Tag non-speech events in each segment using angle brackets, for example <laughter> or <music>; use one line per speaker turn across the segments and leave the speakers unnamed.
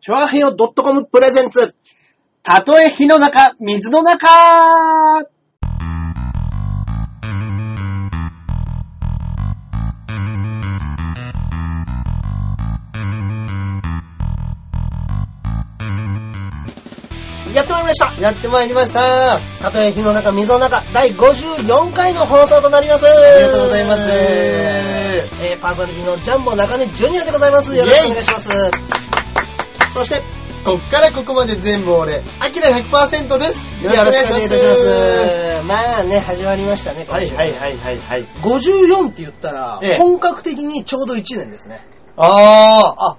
チョアヘヨ .com プレゼンツ。たとえ火の中、水の中
やってまいりました
やってまいりました。たとえ火の中、水の中、第54回の放送となります。あ
りがとうございます
えー、パーソナリティのジャンボ中根ジュニアでございます。よろしくお願いします。そして、よ
こっからここまで全部俺、アキラ100%です
ろしくお願いします。まあね、始まりましたね、
はいはい
い。
はいはいはい。
54って言ったら、
ええ
本格的にちょうど1年ですね。
あー、あ、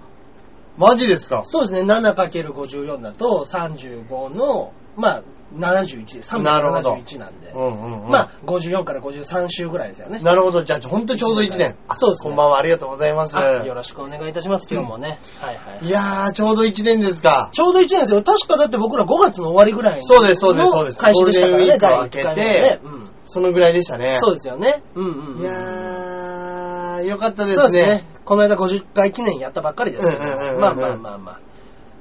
マジですか
そうですね、7×54 だと35の、まあ、71です。
なるほど
371なんで。
うんうん、うん。
まあ、54から53週ぐらいですよね。
なるほど。じゃあ、ほんとちょうど1年。
あそうですね
こんばんは、ありがとうございます。
あよろしくお願いいたします、今日もね。はいはい
いやー、ちょうど1年ですか。
ちょうど1年ですよ。確かだって僕ら5月の終わりぐらいの
そうですそうですそうです
開始でしたからね、
ゴールデンウィークを明けて
第一回目のね
そのぐらいでした
う
ね。
ん。そうですよね。うんうんうん。
いやー、よかったですね。
そうですね。この間50回記念やったばっかりですけど
うんうんうんうんう、ん
まあまあまあまあ、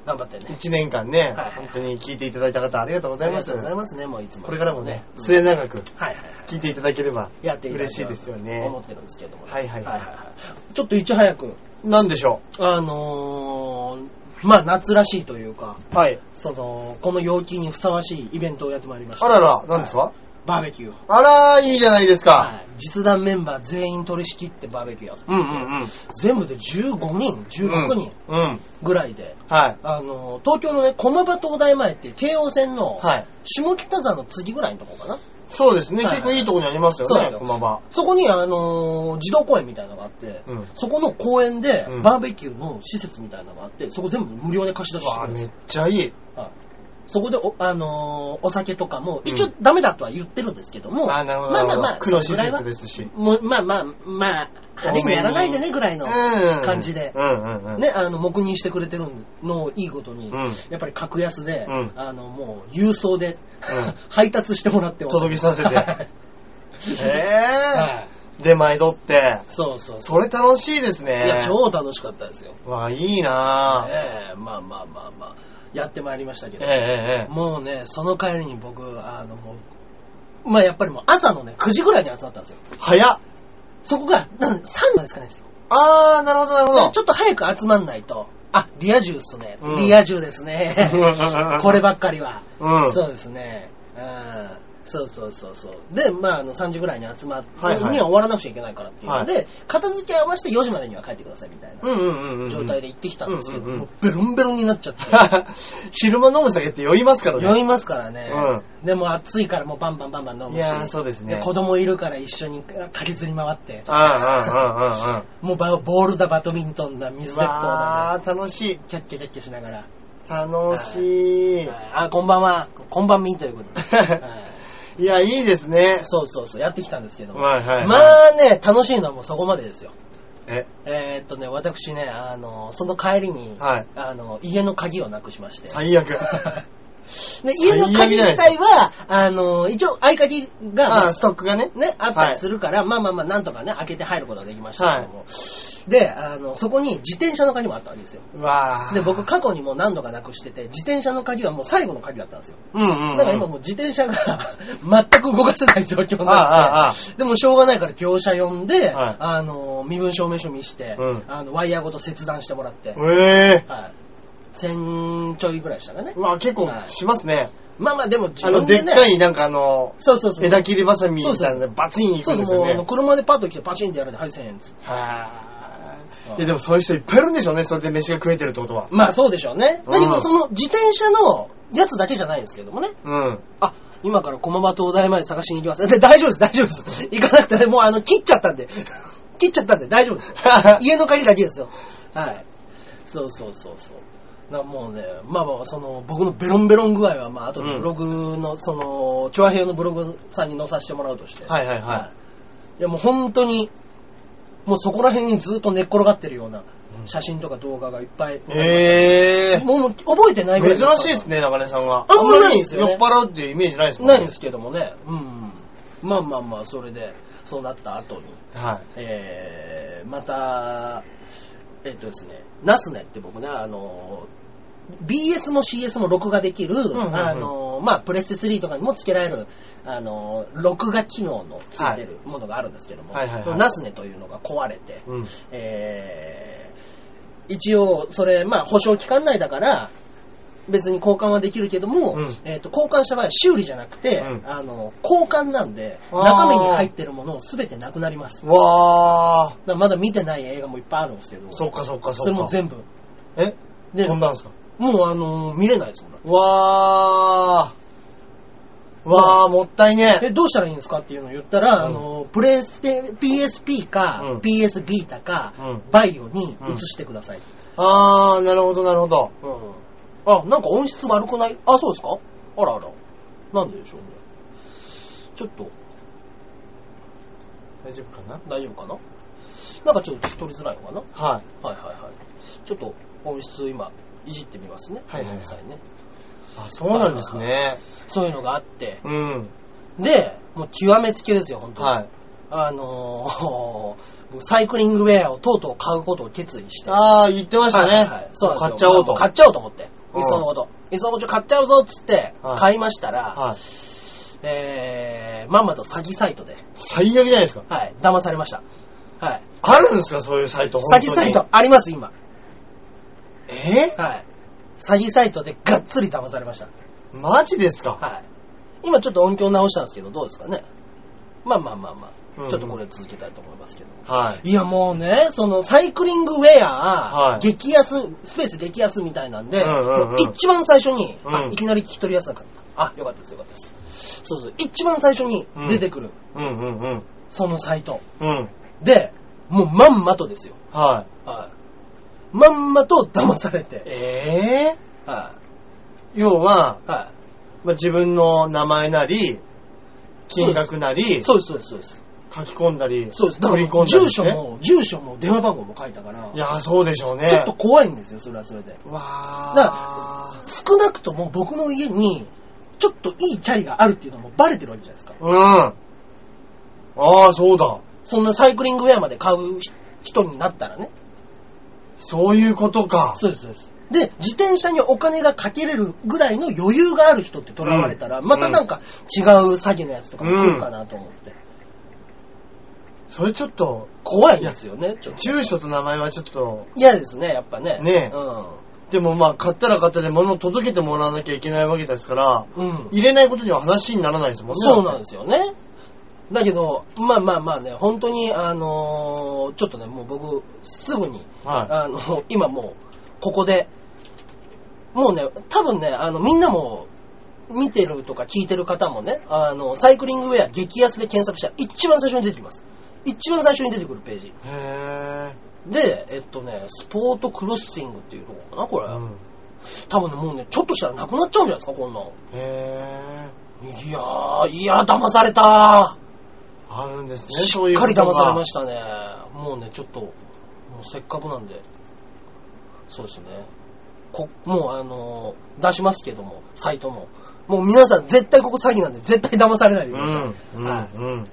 頑張ってね。
1年間ね、
はい
本当に聞いていただいた方ありがとうございます。
ありがとうございますね、もういつも。
これからもね、
うん
末永く
はいはいはい。
聞いていただければ
やっていただ
嬉
き
したい
なと
ですよね。
思ってるんですけども。
はいはいはい
ちょっといち早く、
なんでしょ
あのー、まあ夏らしいというか、
うはい。
その、この陽気にふさわしいイベントをやってまいりました。
あらら、なんですか、
バーベキューを。
あらー、いいじゃないですか。
はい実弾メンバー全員取り仕切ってバーベキューやった。
うんうんうん。
全部で15人、16人
うん。うん。
ぐらいで、
はい。
あのー、東京のね、駒場東大前っていう京王線の、
はい。
下北沢の次ぐらいのとこかな。
そうですね、
はい
結構いいとこにありますよ
そうで
ね
す、よ
駒場。
そこに、あのー児童公園みたいなのがあって、
うん
そこの公園で
うん
バーベキューの施設みたいなのがあって、そこ全部無料で貸し出ししてく
わあ、
れるんで
め
す
っ
よ
ちゃいい。
はいそこでお、あのーお酒とかも、
うん
一応ダメだとは言ってるんですけども、
あーなるほど。
まあまあまあ、
苦労施
それぐらい
設
は
ですし。
もうまあまあ、まあ、派手にやらないでねぐらいの、
うん
感じで
うんうんうん。
ね、あの、黙認してくれてるのをいいことに、
うん
<laughs> やっぱり格安で、
うん
あの、もう郵送で、
ん
<laughs> 配達してもらってます。
届けさせて
<laughs> はいは
え
い
ー。出前取って。
そうそうそ
それ楽しいです
う。
ね。
いや、超楽しかったですよ。
わあ、いいなぁ。
ええまあまあまあまあ、やってまいりましたけ
ええ
ど、
ええ
もうね、その帰りに僕、あの、もう、まあやっぱりもう朝のね、9時ぐらいに集まったんですよ。
ええ。早っ。
そこが、なん3なんですかねですよ。
あー、なるほど、なるほど。
ちょっと早く集まんないと、あ、リア充っすね。
うん。
リア充ですね
<laughs>
こればっかりは。
うん
そうですね。うん。そうそうそうそう。で、まあ、あの、3時ぐらいに集まって、
はいはい
には終わらなくちゃいけないからっていうので、
は
片付け合わせて4時までには帰ってくださいみたい
うんうんうんうん。
な状態で行ってきたんですけど、
うんうんうん
もうベロンベロンになっちゃって。
<laughs> 昼間飲む酒って酔いますからね。
酔いますからね、
う
でも暑いからもうバンバンバンバン飲むし
いやーそうですね
子供いるから一緒に駆けずり回って <laughs>
ああ、ああ、ああ。
もうバボールだバドミントンだ水鉄砲だ、
わあ、楽しい。
キャッキャキャッキャしながら
楽しい。
あ、こんばんは。こんばんみということで。
<laughs>
はい
いや、いいですね。
そうそうそう、やってきたんですけども。
はいはいはい
まあね、楽しいのはもうそこまでですよ。
え、
えーっとね、私ね、あの、その帰りに、
はい
あの、家の鍵をなくしまして。
最 <laughs> 悪。
<laughs> で家の鍵自体は、あの、一応合鍵
あ
が
あ、ストックがね。
ね、あったりするから、まあまあまあ、なんとかね、開けて入ることができましたけども。で、あの、そこに自転車の鍵もあったわけですよ。
うわあ。
で、僕、過去にもう何度かなくしてて、自転車の鍵はもう最後の鍵だったんですよ。
うんうんうん。
だから今もう自転車が <laughs> 全く動かせない状況に
あああああ
な
あ
って、でもしょうがないから業者呼んで、
はい
あの、身分証明書見して、
うん
あの、ワイヤーごと切断してもらって、
ええ。
はい。1000ちょいぐらいでしたかね
う。わあ、結構しますね。
まあまあでも自
あの、
分
で
で
っ
ね、
かい、なんかあの、
そうそうそう。
枝切りバサミみたいなのでバツンいく
そ
ん
う
です
そう、も
よ
うあの
ね。
車でパッと来てパチンってやるんで、はい、1000円っつって
はい。いや、でもそういう人いっぱいいるんでしょうね。それで飯が食えてるってことは。
まあそうでしょうね。だけ
う
ど
ん
その自転車のやつだけじゃないんですけどもね。
うん。
あ、今から駒場東大前探しに行きます。で、大丈夫です、大丈夫です。行かなくてね、もうあの、切っちゃったんで。切っちゃったんで大丈夫です
<laughs>
よ。家の鍵だけですよ。はい。そうそうそうそう。なもうね、まあまあ、その、僕のベロンベロン具合は、まあ、あと
う
で
ん
ブログの、その、チョアヘヨのブログさんに載させてもらうとして。
はいはいは
い。
い
いや、もう本当に、もうそこら辺にずっと寝っ転がってるような写真とか動画がいっぱい。
ええ。
もうもう覚えてないぐら
珍
い。
しいですね、中根さんが。
あんまないんですよね
あんまり酔っ払うっていうイメージないですもんね。
ないんですけどもね。うん。まあまあまあ、それで、そうなった後に、
は
えー、また、えっ、とですね、ナスネって僕ね、あの、 BS も CS も録画できる、
んうんうん
あの、まあ、プレステ3とかにも付けられる、あの、録画機能の付いてるものがあるんですけども、
はいはいはいはい
ナスネというのが壊れて、
うん。
えー一応、それ、まあ、保証期間内だから、別に交換はできるけども、
うん
えーと交換した場合は修理じゃなくて、
うん
あの交換なんで、
あー
中身に入ってるもの全てなくなります。だ
わ
からまだ見てない映画もいっぱいあるんですけど、
ー。そっかそっかそっか。
それも全部。
え
で
飛んだんすか
もう、あのー見れないですもんね。
わー。わー、もったいねえ。
え、どうしたらいいんですかっていうのを言ったら、
うん
あの、プレステ、PSP か、
うん
PS ビータか、
うん
バイオに移してください。
あー、なるほどなるほど。
うん。あ、なんか音質悪くないあ、そうですかあらあら。なんででしょうね。ちょっと、
大丈夫かな
大丈夫かななんかちょっと聞き取りづらいのかなは
はい。
いはいはい。ちょっと音質今、いじってみますね。
はいは
ごめ
いはい
んなさいね。
あ、そうなんですね。
そういうのがあって。
うん。
で、もう極めつけですよ、本当に。
はい。
あのー <laughs> 僕サイクリングウェアをとうとう買うことを決意して。
あー、言ってました
はい
ね
はい。そうなんですよ
買っちゃおう
ま
と。
あ買っちゃおうと思って。いっ
うん
そのこと。いっそのこと買っちゃうぞっつって
はい、
買いましたら、
はい。
えー、まんまと詐欺サイトで、
最悪じゃないですか。
はい、騙されました。はい。
あるんですかそういうサイト。
詐欺サイト
本
あります、今。
当に。え
はい。詐欺サイトでがっつり騙されました。
マジですか
はい。今ちょっと音響直したんですけど、どうですかね。まあまあまあま
うん
あ、ちょっとこれ続けたいと思いますけど。
はい。
いやもうね、そのサイクリングウェア、
はい
激安、スペース激安みたいなんで、
うんうんうん
もう一番最初に、
うん
あいきなり聞き取りやすかった。あ、よかったですよかったです。そうそう、一番最初に出てくる、
うんうんうん。
そのサイト。
うん。
で、もうまんまとですよ。
はい。
はい。まんまと騙されて。
ええ
は
要は、
い。は
まあ、自分の名前なり、金額なり
い。、そうです、そうです、そうです。
書き込んだり、
そうです。だか
振
ら
り
も
込
うん
だり
住
し
所
て。
も、住所も電話番号も書いたから、
いや、そうでしょうね。
ちょっと怖いんですよ、それはそれで。
わ
だから少なくとも僕の家に、ちょっといいチャリがあるっていうのはもうバレてるわけじゃないですか。
ーうん。ああ、そうだ。
そんなサイクリングウェアまで買うひ人になったらね。
そういうことか。
そうです、そうです。で、自転車にお金がかけれるぐらいの余裕がある人って囚われたら、
うん
またなんか違う詐欺のやつとかも来るかなと思って。
それちょっと、
怖いですよね、ちょっと。
住所と名前はちょっと、
嫌ですね、やっぱね。
ねえ
う
でもまあ、買ったら買ったで物を届けてもらわなきゃいけないわけですから、
ん。うん。
入れないことには話にならないですもんね。。
そうなんですすよね。だけど、まあまあまあね、本当に、あのーちょっとね、もう僕、すぐに、
は
あの、今もう、ここで、もうね、多分ね、あの、みんなも、見てるとか聞いてる方もね、あの、サイクリングウェア激安で検索したら一番最初に出てきます。一番最初に出てくるページ。
い。へ
で、えっとね、スポートクロッシングっていうのかな、こ
ぇ
れ。
ー。うん。
多分ね、もうね、ちょっとしたらなくなっちゃうんじゃないですか、こんなの。
へぇー。
いやー、いやー、騙された
あるんですね。
ー。しっかり騙されま
し
したね。もうね、ちょっと、もうせっかくなんで、そうですね。こもうあのー出しますけども、サイトも。もう皆さん絶対ここ詐欺なんで絶対騙されないでください。
うん。
は
うん。うん。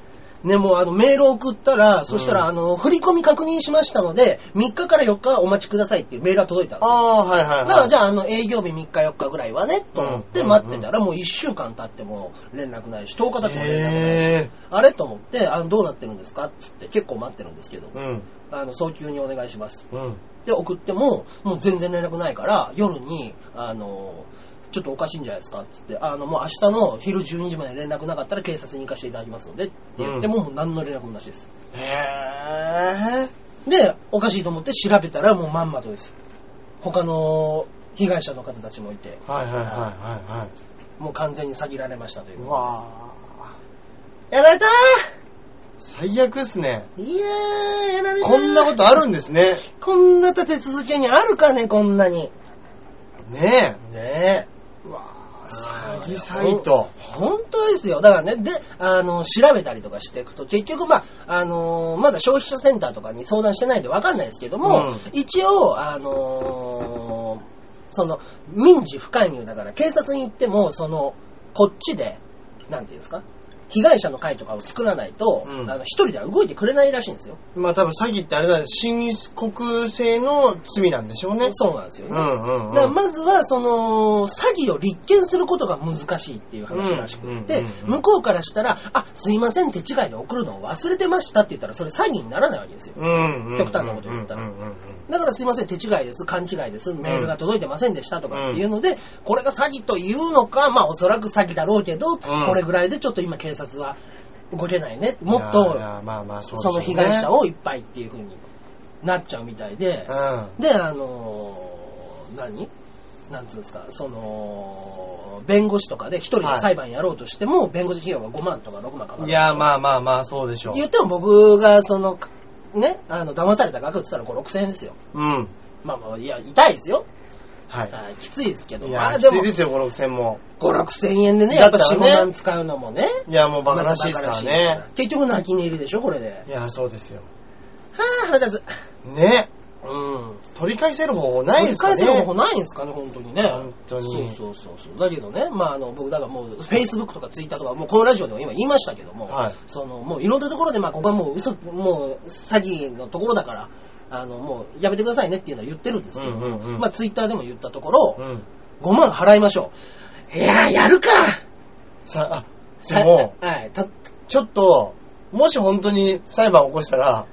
ね、もうあのメールを送ったら、そした
う
ら
ん
あの、振り込み確認しましたので、3日から4日はお待ちくださいっていうメールが届いたんですよ
ああー、はいはい、はい。
だからじ
ゃ
ゃあ、あの、営業日3日4日ぐらいはね、と思って待ってたら、もう1週間経っても連絡ないし、10日経っても連絡ないし、
へ
あれと思って、あの、どうなってるんですかっつって結構待ってるんですけど
ぇ、ー。うん。
あの、早急にお願いします。
うん。
で、送っても、もう全然連絡ないから、夜に、あの、ちょっとおかしいんじゃないですかっつって、あの、もう明日の昼12時まで連絡なかったら警察に行かせていただきますので、って言っても、もう何の連絡もなしです。
へぇ
で、おかしいと思って調べたら、もうまんまとです。他の被害者の方たちもいて、
ー。はいはいはいはいはい。
もう完全に詐欺られましたという
う。わ
やられた
ー最悪っすね。
ーいやー、やられたー
こんなことあるんですね。
こんな立て続けにあるかね、こんなに。
ね
ねえ。
え。うわー
あー
詐欺サイト。
本当ですよ。だからね、で、あの、調べたりとかしていくと、結局、まあ、あのーまだ消費者センターとかに相談してないんでわかんないですけども、
うん
一応、あのーその、民事不介入だから、警察に行っても、その、こっちで、なんていうんですか、被害者の会とかを作らないと、
うん
あの、一人では動いてくれないらしいんですよ。
まあ多分詐欺ってあれだね、新国制の罪なんでしょうね。
そうなんですよね。
うんうんうん。
だからまずは、その、詐欺を立件することが難しいっていう話らしくって、
うんうんうんうん
向こうからしたら、あ、すいません、手違いで送るのを忘れてましたって言ったら、それ詐欺にならないわけですよ。
うんうん、
極端なこと言ったら
うんうんうん
だからすいません、手違いです、勘違いです、メールが届いてませんでしたとかっていうので、これが詐欺というのか、まあおそらく詐欺だろうけど、これぐらいでちょっと今警察は動けないね、もっ
いやい
と
やまあまあそうでし
そ
ょ
うの
ね
被害者をいっぱいっていう風になっちゃうみたいで、
う
で、あのー何なんつうんですか、その、弁護士とかで一人で裁判やろうとしても、弁護士費用は5万とか6万かか
ん。
る。
いや、まあまあまあ、そうでしょう。
言っても僕が、その、ね、あの、騙された額って言ったら5、6000円ですよ。
うん。
まあまあ、いや、痛いですよ。
は
はいきついですけど、
い。い
ま
や、
あ
き
で
つ
も
い、ですよ、この専門。
5、6千円でね、や
だ
っ
っ
ぱ
た
4、
ら
5
ね
万使うのもね。
いや、もうバカらしいですから
またバカら
ね
しい。。結局泣き寝入りでしょ、これで。はい
や、そうですよ。
ぁ、腹立つ。
ね。
うん。
取り返せる方法ないですかね。
取り返せる方法ないんですかね、本当にね。
本当に
そうそうそうそう。だけどね、まあ、あの、僕、だからもう、Facebook とか Twitter とか、もうこのラジオでも今言いましたけども、
はい
その、もういろんなところで、まあ、ここはもう嘘、もう、詐欺のところだから、あの、もう、やめてくださいねっていうのは言ってるんですけど、
うんうんうん
まあ、Twitter でも言ったところ、
うん。
5万払いましょう。いやー、やるか
さ、あ、
さ
でも、
はい、た
ちょっと、もし本当に裁判を起こしたら、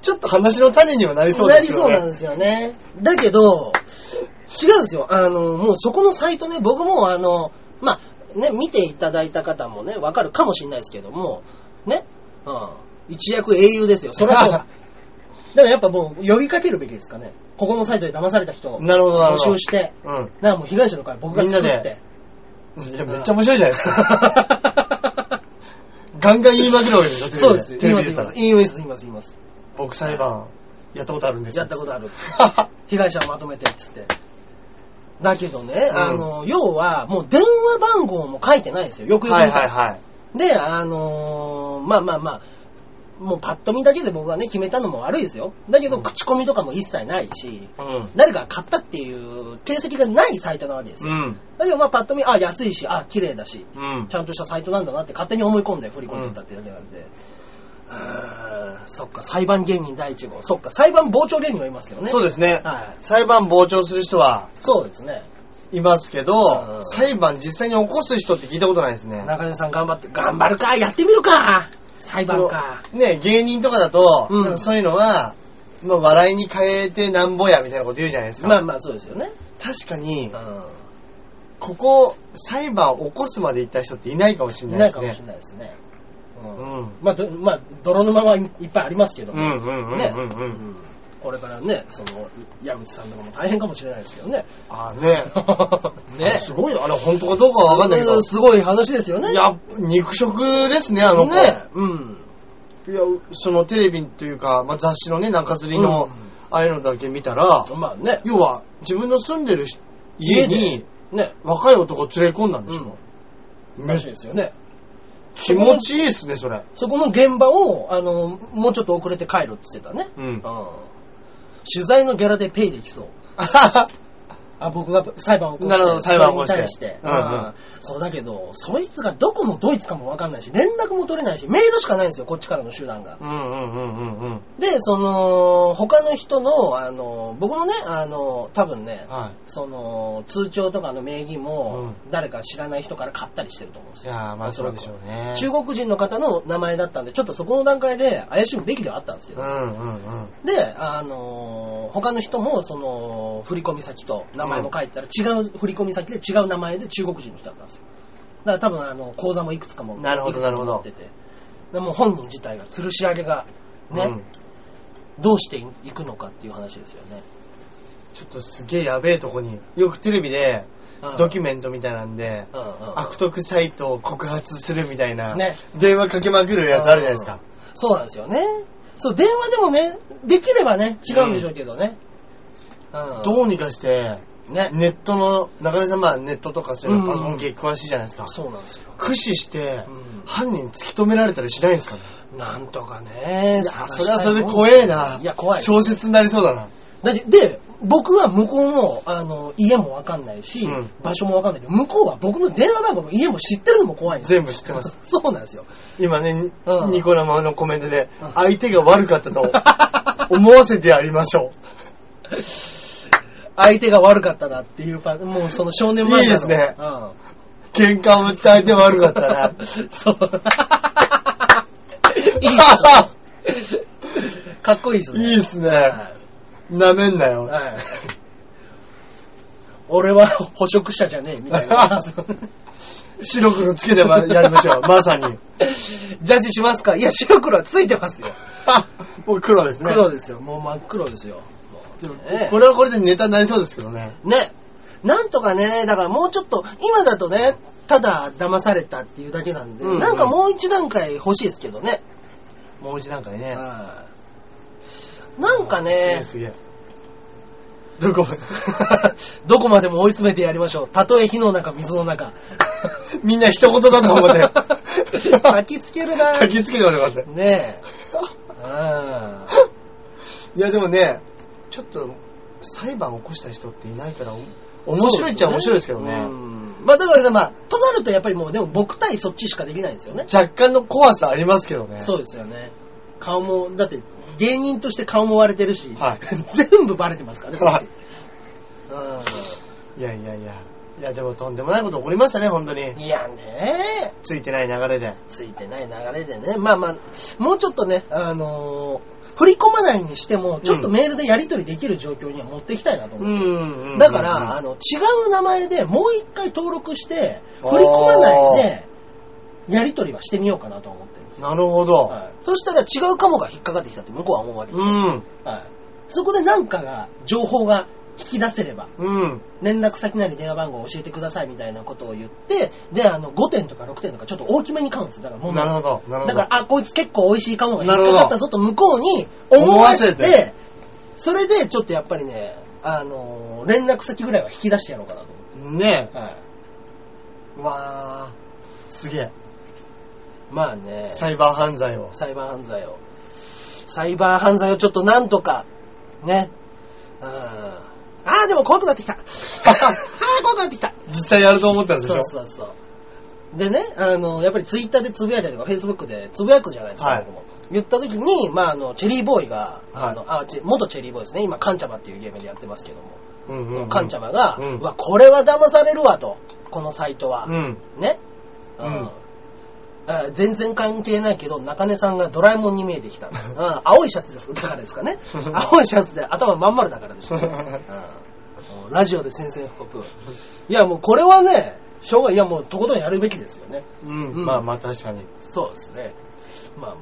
ちょっと話の種にはなりそうですよね。
なりそうなんですよね。だけど、違うんですよ。あの、もうそこのサイトね、僕もあの、まあ、ね、見ていただいた方もね、わかるかもしれないですけども、ね、うん、一躍英雄ですよ。そりゃそう
<laughs>
だ。だからやっぱもう呼びかけるべきですかね。ここのサイトで騙された人を
なるほど、なる
募
ほど。
集して、
うん。
だからもう被害者の会僕が作
み
っ
んなで
て。
いや、めっちゃ面白いじゃないですか。ガンガン言いまくるわけでしょ、
<laughs> そうです。
テ
言い
レ
ま
ビ
す、言い
出た
ます、
ら。
言います、言います、言います。
僕裁判、やったことあるんです
やったことある。
と。
被害者をまとめてっつって。だけどね、
うん
あの、要は、もう電話番号も書いてないんですよ。よくよく
<laughs> は
見
い
た
はい
ら。
はい。
で、あのーまあまあまあ、もうパッと見だけで僕はね、決めたのも悪いですよ。だけど、
うん
口コミとかも一切ないし、
うん。
誰かが買ったっていう定石がないサイトなわけです
う
よ。
ん。
だけど、まあパッと見、あ、安いし、あ、綺麗だし、
うん
ち。ゃんとしたサイトなんだなって勝手に思い込んで振り込んでったってだけなんで。うーん、そっか、裁判芸人第一号。そっか、裁判傍聴芸人はいますけどね。
そうですね。
はい。
裁判傍聴する人は
そうですね。
いますけ
う
ど、
ん
裁判実際に起こす人って聞いたことないですね。
中根さん頑張って、頑張るか、やってみるか、裁判か。
そのね、芸人とかだと、
うん
なんかそういうのは、まあ、笑いに変えてなんぼやみたいなこと言うじゃないですか。
まあまあ、そうですよね。
確かに、
う
ここ、裁判を起こすまで行った人っていないかもし
ん。
れ
い
ない
ないか
です
もし
ね
れ。ないですね。
う
うん。
ん。
まあ、どまあ、泥沼はいっぱいありますけど
う
も
んうんうん
ね
うんう。
うんんこれからね、その、矢口さんとかも大変かもしれないですけど
<laughs>
ね。
あね。
ね
すごいよ。あれ、本当かどうかはわかんないけど。
すごい話ですよね。
いや、肉食ですね、あの子。
ね。うん。
いや、そのテレビというか、まあ、雑誌のね、中吊りの、
うん
ああいうのだけ見たら、
まあね。
要は、自分の住んでるし家
家
に、
ね。
若い男連れ込んだんでしょ。
うん。らしいですよね。
気持ちいいっすね、それ。
そこの現場を、あの、もうちょっと遅れて帰るって言ってたね。
うん
取材のギャラでペイでき
<laughs>
そう。あ、僕が裁判を起こして。
なるほど裁判を起こして
それに対して。
うんうん
あーそうだけど、そいつがどこのドイツかもわかんないし、連絡も取れないし、メールしかないんですよ、こっちからの手段が。
うんうんうんうんうん。
で、その、他の人の、あの、僕のね、あの、多分ね、
は
その、通帳とかの名義も、
う
誰か知らない人から買ったりしてると思うんです
い。い
よ。
やーまあそうでしょうね。
中国人の方の名前だったんで、ちょっとそこの段階で怪しむべきではあったんですけ
う
ど、
んうんうん。
で、あのー他の人も、その、振込先と名前も書いてたら、違う振込先で違う名前で中国人の人だったんですよ。だから多分、あの、口座もいくつかも、
なるほど
いくつか持ってて。でもう本人自体が、吊るし上げが、ね、
うん
どうしていくのかっていう話ですよね。
ちょっとすげえやべえとこに、よくテレビで、
うん
ドキュメントみたいなんで、
うんうん
悪徳サイトを告発するみたいな、
ね
電話かけまくるやつあるじゃないですか。
そうなんですよね。そう、電話でもね、できればね、違うんでしょうけどね。うん。
どうにかして、
ね。
ネットの、中根さんまあネットとかそういう
うん
のパソコン系詳しいじゃないですか。
そうなんですよ。
駆使して
うん、
犯人突き止められたりしないんですかね。
なんとかね、
いや
探
そ
し
れ
たい
はそれで
もん
怖えな。
いや、怖いです。
小説になりそうだな。
だってで、僕は向こうの、あの、家もわかんないし、
うん
場所もわかんないけど、向こうは僕の電話番号も家も知ってるのも怖いんですよ。
全部知ってます。
<laughs> そうなんですよ。
今ね、に
うん
ニコ生のコメントで
うん、
相手が悪かった
<laughs>
と思わせてやりましょ
相手が悪かったなっていうパもうその少年漫画の。
いいですね
うん。
う。喧嘩を打った相手悪かったな。
<laughs>
<laughs>
そう。いいっすねかっこいいですね。
<laughs> いいっすね。
は
舐めんないよ。
はい。俺は捕食者じゃねえ、みたい
<laughs>
な。
白黒つけてまやりまし <laughs> ょう。まさに。
ジャッジしますかいや、白黒はついてますよ。
あもう黒ですね。
黒ですよ。もう真っ黒ですよ。
でも
ね
これはこれでネタになりそうですけどね。
ね。なんとかね、だからもうちょっと、今だとね、ただ騙されたっていうだけなんで、
うんうん
なんかもう一段階欲しいですけどね。
もう一段階ね
はいなんかね、
すげえ。どこ
<laughs> どこまでも追い詰めてやりましょう。たとえ火の中、水の
<laughs>
中。
<laughs> みんな一言だと思って。
<laughs>
<laughs>
焚きつけるな
焚きつけてもらって。
ねえ。うん
<laughs> いやでもね、ちょっと裁判起こした人っていないから、お面白いっちゃ面白いですけどね。
うんまあだからまあ、となるとやっぱりもうでも僕対そっちしかできないんですよね。
若干の怖さありますけどね。
そうですよね。顔も、だって芸人として顔も割れてるし、
は
<laughs> 全部バレてますからね、こっち。
<laughs> いやいやいや。いやでもとんでもないこと起こりましたね、本当
うん
に。
いやね
ついてない流れで。
ついてない流れでね。まあまあ、もうちょっとね、あのー振り込まないにしても、ちょっとメールでやり取りできる状況には持っていきたいなと思う。
ん
だから、あ、の、違う名前でもう一回登録して、振り込まないで、やり取りはしてみようかなと思ってるんですよ。
なるほど。
はい、そしたら違うカモが引っかかってきたって向こうは思うわけです、
うん。
はい。そこで何かが、情報が引き出せれば、
うん。
連絡先なり電話番号を教えてくださいみたいなことを言って、で、あの、5点とか6点とかちょっと大きめに買うんですよ。だからもう、
なるほど。なるほど。
だから、あ、こいつ結構美味しいカモが引っかかったぞと向こうに思
思
わ
わ
せ
せて
て、それでちょっとやっぱりね、あのー連絡先ぐらいは引き出してやろうかなと思
ね
って。はい。
え。わー。すげえ。
まあね、
サイバー犯罪を。
サイバー犯罪を。サイバー犯罪をちょっとなんとか、ね。うん。あー、でも怖くなってきた。
<laughs>
あー、怖くなってきた。
実際やると思ったんでし
そ
ょ
うそうそう。でね、あの、やっぱりツイッターでつぶやいたりとか、フェイスブックでつぶやくじゃないですか、
はい
僕も。言った時に、まあ、あの、チェリーボーイが、
は
あ
い
の、あ、チェ元チェリーボーイですね。今、カンチャバっていうゲームでやってますけども。
うん
そ
うんう
の
ん。
カンチャバが、
うん
うわ、これは騙されるわと。このサイトは。
うん。
ね。
うん
あ全然関係ないけど、中根さんがドラえもんに見えてきた。あ <laughs> 青いシャツですだからですか
<laughs>
ね。青いシャツで頭まん丸だからですね。うんラジオで宣戦布告。いや、もうこれはね、しょうがいや、もうとことんやるべきですよね。
うん。
うん
まあまあ確かに。
そうですね。まあまあ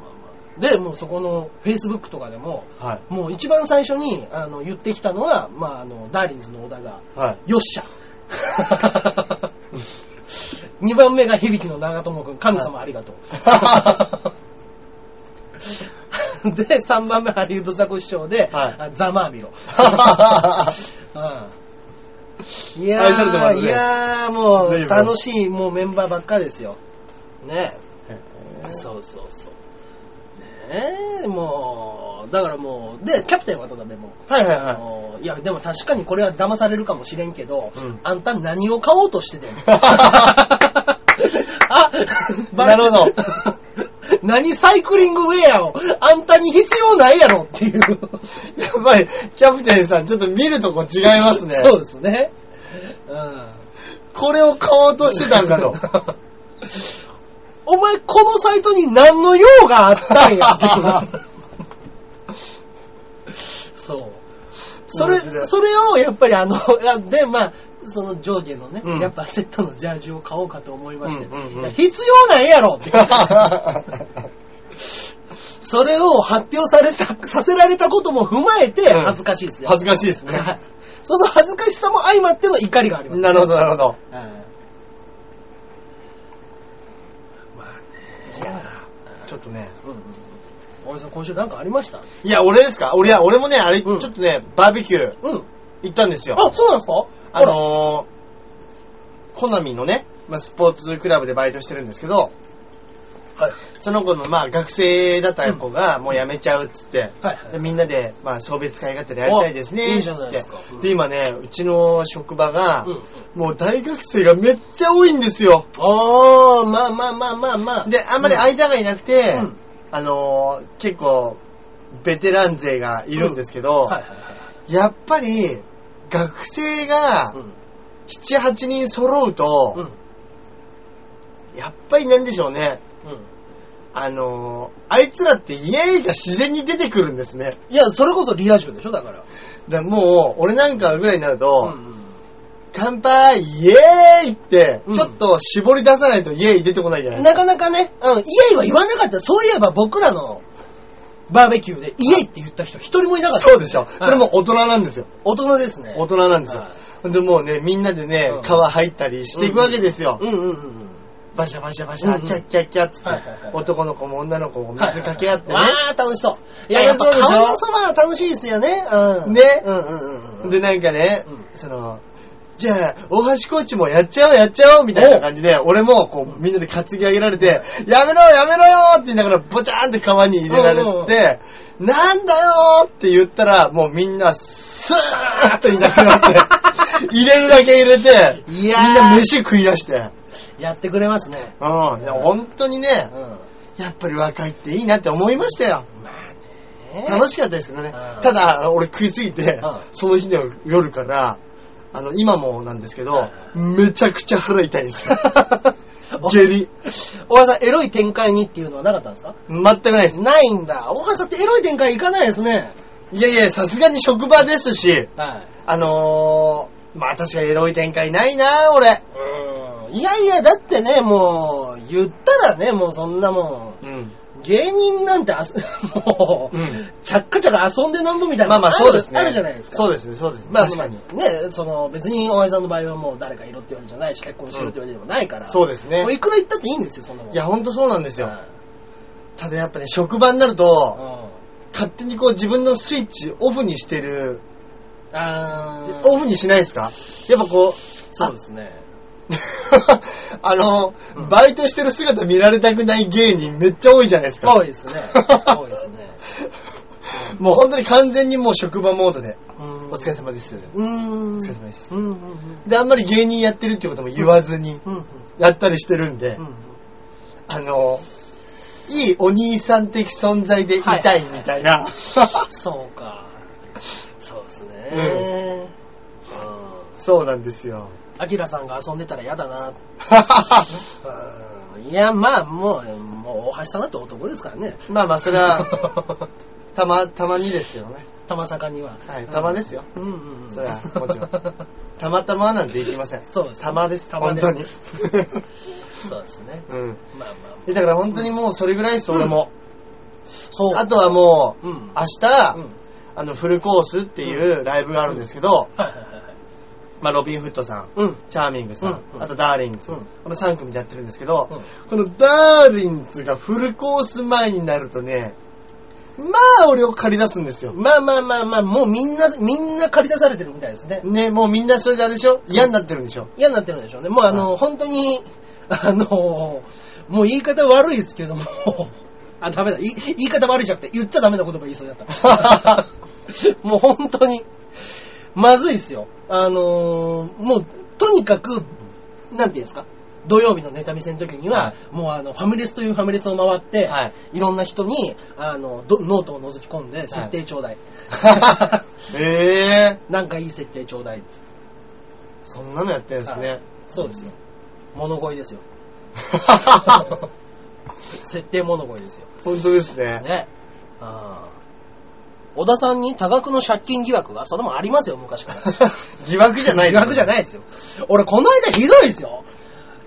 まあ。で、もうそこの Facebook とかでも、
は
もう一番最初にあの言ってきたのは、まあ、あの、ダーリンズの小田が、
い。はい。
よっしゃ。2番目が響の長友君、神様ありがとう。で、3番目ハリウッドザコシショウで、
はい
あざまあみろ。うんいやー
愛されてますね
いやーも
随
う
分
楽しいもうメンバーばっかですよ。ね
う。
そうそうそう。ねえ、もう、だからもう、で、キャプテンは渡辺も、
はいはい
あ
は
のいや、でも確かにこれは騙されるかもしれんけど、
うん
あんた何を買おうと
<laughs>
しててあバレた
なるほど
<laughs> 何サイクリングウェアをあんたに必要ないやろっていう。
い。やっぱり、キャプテンさん、ちょっと見るとこ違いますね。
そうですね。うん。
これを買おうとしてたんだと。
<laughs> お前、このサイトに何の用があったんや
<laughs>
って。そう。それ、
面白い
それをやっぱりあの、い <laughs> やで、まあ、その上下のね、
うん
やっぱセットのジャージを買おうかと思いまして、
うんうんう
い
ん
や必要ないやろって。それを発表された、させられたことも踏まえて
うん
恥ずかしいですね。
恥ずかしいですね。
はいその恥ずかしさも相まっての怒りがあります、
なるほど、なるほど。
はいまあね。いや
ちょっとね。
うんうんうん。大江さん、今週なんかありました
いや、俺ですか俺や、俺もね、あれ、ち
う
ょ
ん
っとね、バーベキュー
うん。
行ったんですよ。
あ、そうなんですか
あ、のー、コナミのね、まあ、スポーツクラブでバイトしてるんですけど、
はい。
その子の、まあ、学生だった子が、もう辞めちゃうっつって、
はいはい
でみんなで、まあ、送別会があってやりたいですね
おい
っつって。
いじゃないですかうん
で、今ね、うちの職場が、
うんうん
もう大学生がめっちゃ多いんですよ。
あー、まあまあまあまあまあ。
で、あんまり間がいなくて、
うん
あのー結構、ベテラン勢がいるんですけど、
はいはい
やっぱり、学生が
はい。うん。
7、8人揃うと、
うん。
やっぱりなんでしょうね。
うん。
あのーあいつらってイエーイが自然に出てくるんですね。
いや、それこそリア充でしょ、だから。
だからもう、俺なんかぐらいになると、
ん。
乾杯イエーイって
う、ん
ちょっと絞り出さないとイエーイ出てこないじゃないです
なかなかね、うん、イエイは言わなかった。そういえば僕らのバーベキューでイエイって言った人一人もいな
か。
かった。
そうでしょ。それ
はい
も大人なんですよ。
大人ですね。
大人なんですよ
は。
ほんでもうね、みんなでね
うん、
皮入ったりしていくわけですよ
う。んうんうんうん。
バシャバシャバシ
うん
ャ、
うん
キャッキャッキャッつって
はいはいはい、
男の子も女の子も水かけ合ってね
はい。はいはいあー、楽しそう。いや、やっ
楽
ぱ
しそうでしょ
川のそばは楽しいですよね。うん。
ね
うんうんうんうん。
で、なんかね
うん、
その、じゃあ、大橋コーチもやっちゃおうやっちゃおうみたいな感じで、俺もこう、みんなで担ぎ上げられて、やめろやめろよって言いながら、ボチャーンって川に入れられ
うんうんうん
て、なんだよーって言ったら、もうみんな、スーッといなくな
<laughs>
って、入れるだけ入れて、み
い
ん
やー
な飯食い出して。
やってくれますね。
うん。いや、本当に
う
ね
ん。、ま
やっぱり若いっていいなって思いましたよ。
あね。
楽しかったですけどね
う。ん
ただ、俺食いついて
うん、
その日の夜から、あの、今もなんですけど、めちゃくちゃ腹痛いんです
<laughs>
よ。下痢。
大橋さん、エロい展開にっていうのはなかったんですか
全くないです。
ないんだ。大橋さんってエロい展開いかないですね。
いやいや、さすがに職場ですし、
はい。
あのー、まあ確かにエロい展開ないな俺。
うんいやいや、だってね、もう、言ったらね、もうそんなも
うん。
ん、芸人なんてあす、 <laughs> もう、
うん
ちゃっかちゃか遊んでなんぼみたいな
まあまあ
る
そうですね。
あるじゃないですか。
そうですね、そうですね。
まあ、
確かに。
ね、その、別に大橋さんの場合はもう誰かいろってわけじゃないし、結婚しろってわけでもないから。
そうですね
もういくら言ったっていいんですよ、そんなもん。
いや、ほんとそうなんです
うん、
よ。ただやっぱね、職場になると、勝手にこう自分のスイッチオフにしてる、
うん。あー
オフにしないですかやっぱこう、
そうですね。
<laughs> あの、
うん
バイトしてる姿見られたくない芸人めっちゃ多いじゃないですか。
多い
<laughs>
ですね。多いですね。
もう本当に完全にもう職場モードで、
うん
お疲れ様です。
うーん。
お疲れ様です
うんうんうん。
で、あんまり芸人やってるってことも言わずに、
うんうん。
やったりしてるんで、
うんうん
あの、いいお兄さん的存在でいたいみたいな。
そうか。そうですね。うん。
<laughs> そうなんで
<laughs>
すよ。
アキラさんが遊んでたら嫌だな。うんいや、まあ、もう、もう、大橋さんだって男ですからね。
まあまあ、それは、たま、たまにですよね。
<laughs> たまさかには。
はい、たまですよ。
うんうんうん。
そりゃもちろんたまたまなんていきません。
<laughs> そうですね
たまです。
たま
本
です
当に。
そうですね。
<laughs> うん。
まあまあ。
だから本当にもうそれぐらいです、俺も。
そう。
あとはもう、
うん
明日、
うん
あの、フルコースっていうライブがあるんですけど、
はいはいはいはい。
まあ、ロビン・フットさん、
うん。
チャーミングさん、
うんうん
あとダーリンズ、
うん
この3組でやってるんですけど、
う
このダーリンズがフルコース前になるとね、まあ、俺を借り出すんですよ。
まあまあまあまあ、もうみんな、みんな借り出されてるみたいですね。
ね、もうみんなそれであれでしょ嫌になってるんでしょ、
嫌になってるんでしょうね。もうあの、本当に、あの、もう言い方悪いですけども、あ、ダメだ。い言い方悪いじゃなくて、言っちゃダメな言葉言いそうにな <laughs> った。もう本当に、まずいですよ。あのーもう、とにかく、なんていうんですか土曜日のネタ見せの時には、
は
もうあの、ファミレスというファミレスを回って、
はいい、
ろんな人に、あの、どノートを覗き込んで、設定ちょう <laughs> だい。
ええ
なんかいい設定ちょうだいっつって
ー、そんなのやってるんです
は
ね
い。 <laughs> そうですよ。物乞いですよ。 <laughs> 設定物乞いですよ。
本当ですね。
ね。あー小田さんに多額の借金疑惑が、それもありますよ、昔
<laughs>
から。
<laughs> 疑惑じゃない。
疑惑じゃないいですよ。俺、この間ひどいですよ。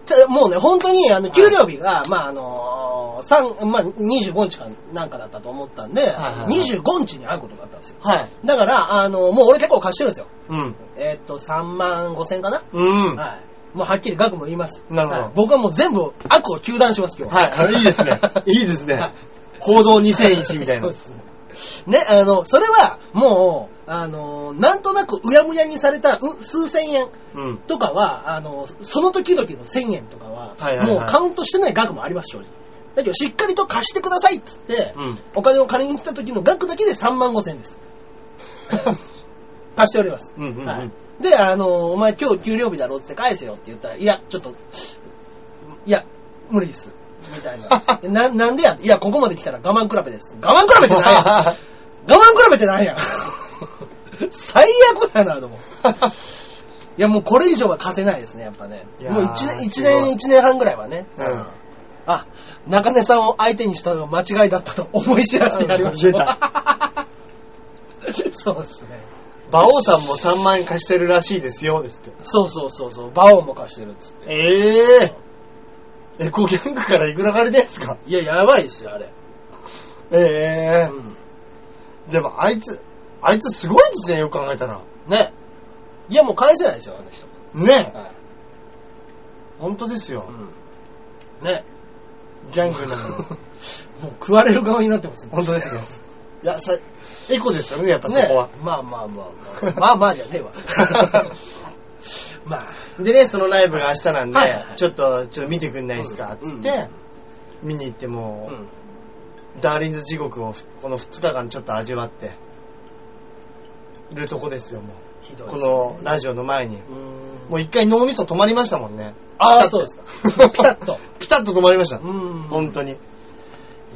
たもうね、本当に、あの、給料日が、まあ、あのー、三まあ、25日かなんかだったと思ったんで、
はいはいはい
25日に会うことがあったんですよ。
はい。
だから、あの、もう俺結構貸してるんですよ。
うん。
えーっと、3万5千かな、
うん。は
はい。もうはっきり額も言います。
なるほど
はい僕はもう全部悪を糾弾します、今日。
い。いいです
<laughs>
ね。いいです
は
ね。報道2001みたい
そう
な
で。すね。ね、あの、それは、もう、あの、なんとなくうやむやにされたう数千円
うん。
とかは、あの、その時々の千円とかは、
はいはいはい
もうカウントしてない額もあります、正直。だけど、しっかりと貸してくださいっつって、
うん
お金を借りに来た時の額だけで3万5千円です。 <laughs> 貸しております。
うんうんうん
はい、で、あの、お前今日給料日だろっつって返せよって言ったら、いや、ちょっと、いや、無理です。みたいな。な
<laughs>
なんでやいや、ここまで来たら我慢比べです。我慢比べてないやん。我慢比べてないや
<laughs>
ん。最悪やな、と思う。いや、もうこれ以上は貸せないですね、やっぱね。
いやー
もう1年、一
すご
年、
い
一年半ぐらいはね。
うん
あ、中根さんを相手にしたのが間違いだったと思い知らせてやりまし
出
た。 <laughs> そうですね。
馬王さんも3万円貸してるらしいですよ、ですって。
そうそうそうそう。馬王も貸してるっつって。
ええエコギャングからいくら借りてんすか
いや、やばいですよ、あれ。
ええ
うん
でもあいつ、あいつすごいですね、よく考えたら。
ね。いや、もう返せないですよ、あの人。
ねえ、
はい。
本当ですよ。
うん。ね。
ギャン <laughs> グなのに。
もう食われる側になってますね。
本当ですよ。いや、さ、エコですよね、やっぱそこは。
ね。まあまあまあまあ。まあまあじゃねえ
<laughs>
わ。まあ。
でね、そのライブが明日なんで、
はいはいはい
ちょっと、ちょっと見てくんないですか、つって、見に行ってもう、ダーリンズ地獄をふこの2日間ちょっと味わってるとこですよ、もう。
ひどい
こ
ですね
のラジオの前に。
うーん
もう一回脳みそ止まりましたもんね。
ああ、そうですか。
<laughs>
ピタッと。。
ピタッと止まりました
う。ん。
本当に。
い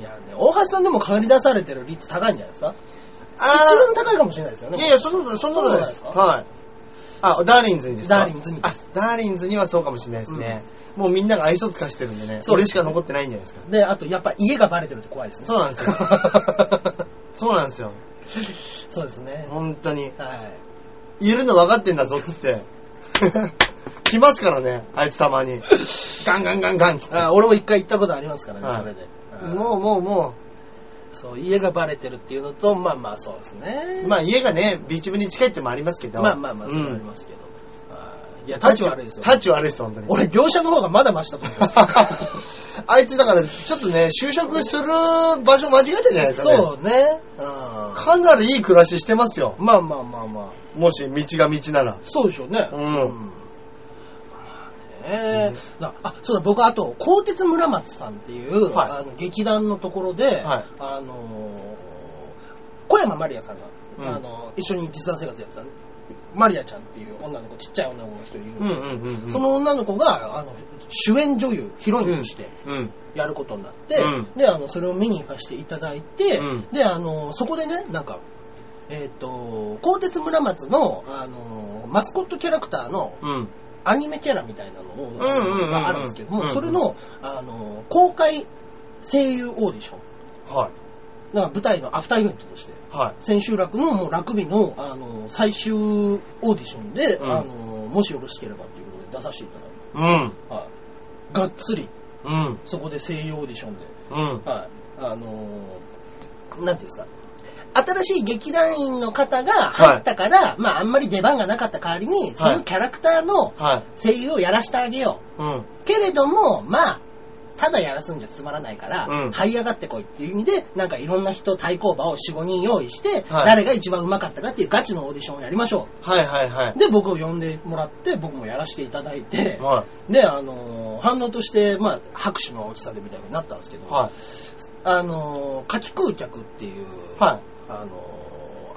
やね、大橋さんでも借り出されてる率高いんじゃないですか
あ
一番高いかもしれないですよね。
いやいや、そんなこと、そんなことないです。
そうな
はい。あ、ダーリンズにですか
ダーリンズにで
あ
す、
ダーリンズにはそうかもしれないですね。もうみんなが愛想つかしてるんでね。
そう
俺
です
しか残ってないんじゃないですか。
で、あと、やっぱ家がバレてるって怖いですね。
そうなんですよそうなんですよ。
<laughs> そうですね。
本当に。
はい。
いるの分かってんだぞっつって。 <laughs> 来ますからね、あいつたまに。ガンガンガンガンっつって。
あ俺も一回行ったことありますからね、
はい
それで。うん
もうもうも
そう、家がバレてるっていうのと、まあまあそうですね
う。。まあ家がね、ビーチ部に近いってのもありますけど。
まあまあまあ、それはありますけど。はいいや、立ち悪いですよ。
タチ悪いで
<laughs>
す、本当に。
俺、業者の方がまだマシだと思い <laughs> ます。
あいつだから、ちょっとね、就職する場所間違えたじゃないですか、ね。
そうね。うん
かなりいい暮らししてますよ。
まあまあまあまあ。
もし道が道なら。
そうでしょうね。
うん
まあねなあ、そうだ、僕、あと、鋼鉄村松さんっていう、
はい
あの劇団のところで、
はい
あのー小山マリアさんが、
うん
あの一緒に実際生活やってた、マリアちゃんっていう女の子、ちっちゃい女の子が一人いるんですけ
うん
ど、
うんうん、うん。
そ、の女の子があの主演女優、ヒロインとして、
うん。
やることになって、
うん
であのそれを見に行かせていただいて、
うん
であのそこでねなんかえっ、と鋼鉄村松のあのマスコットキャラクターの
うん。
アニメキャラみたいなのを
んうんうん
があるんですけども、
うんうん
それのあの公開声優オーディション
は
だから舞台のアフターイベントとして
い。はい。
千秋楽のもう楽日のあの最終オーディションで、
うん
あのもしよろしければということで出させていただい
うん。
て、はいがっつり
うん。
そこで声優オーディションで
うん。
はい。あのーなんていうんですか。新しい劇団員の方が入ったから、まああんまり出番がなかった代わりに、そのキャラクターの
はい。
声優をやらしてあげよ
うん。
う。けれども、まあ、ただやらすんじゃつまらないから、
うん
這い上がってこいっていう意味で、なんかいろんな人対抗馬を4、5人用意して、
はい
誰が一番上手かったかっていうガチのオーディションをやりましょ
はいはいは
う。
い。
で、僕を呼んでもらって、僕もやらせていただいて、
は
で、あのー反応として、まあ、拍手の大きさでみたいになったんですけど、
い。は
あのー、夏季空客っていう、
い。はい。
あの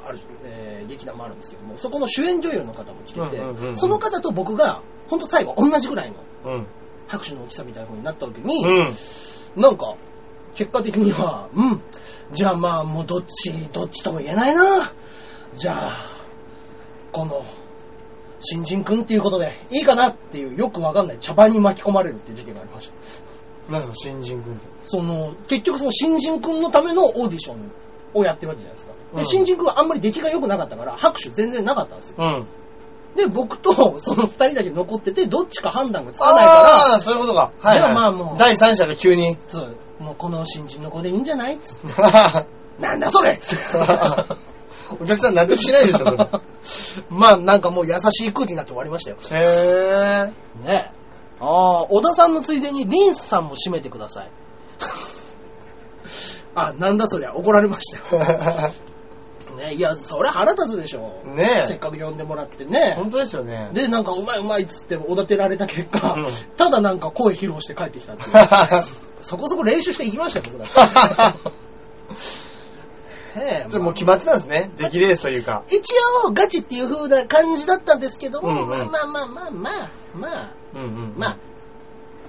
ーある、えー劇団もあるんですけども、そこの主演女優の方も来てて、
うんうんうんうん
その方と僕が、ほんと最後同じぐらいの
うん。
拍手の大きさみたいな風になった時に、
うん。
なんか、結果的には、うん、じゃあまあもうどっち、どっちとも言えないな。じゃあ、この、新人くんっていうことで、いいかなっていう、よくわかんない茶番に巻き込まれるっていう事件がありました。
なんすか、新人軍
その、結局その新人君のためのオーディションをやってるわけじゃないですか。で、
うん
新人君はあんまり出来が良くなかったから、拍手全然なかったんですよ。
うん。
で、僕と <laughs> その二人だけ残ってて、どっちか判断がつかない
あ
か
あ、そういうことか。はい、
で
は。
はいまあもう
第三者が急に。
ら、
<laughs>
そう、もうこの新人の子でいいんじゃないっつっ
は
てなんだそれ
はお客さん納得しない <laughs> でしょ、それ。
<laughs> まあなんかもう優しい空気になって終わりましたよ。
へえ。
ねえ。ああ、小田さんのついでにリンスさんも締めてください。 <laughs>
<laughs>
あ、なんだそりゃ、怒られましたよ。ねいや、そりゃ腹立つでしょ。
ねえ
せっかく呼んでもらってね。
本当です <laughs> よね。
で、なんか、うまいうまいっつっておだてられた結果、
うん
ただなんか声披露して帰ってきたっていうそこそこ練習していきましたよ、僕だ <laughs> って。 <laughs> ねえ
それもう決まってたんですね。出来レースというか。
一応、ガチっていう風な感じだったんですけども、
うんうん
まあまあまあまあまあ、まあ、
うんうん <laughs>
まあ、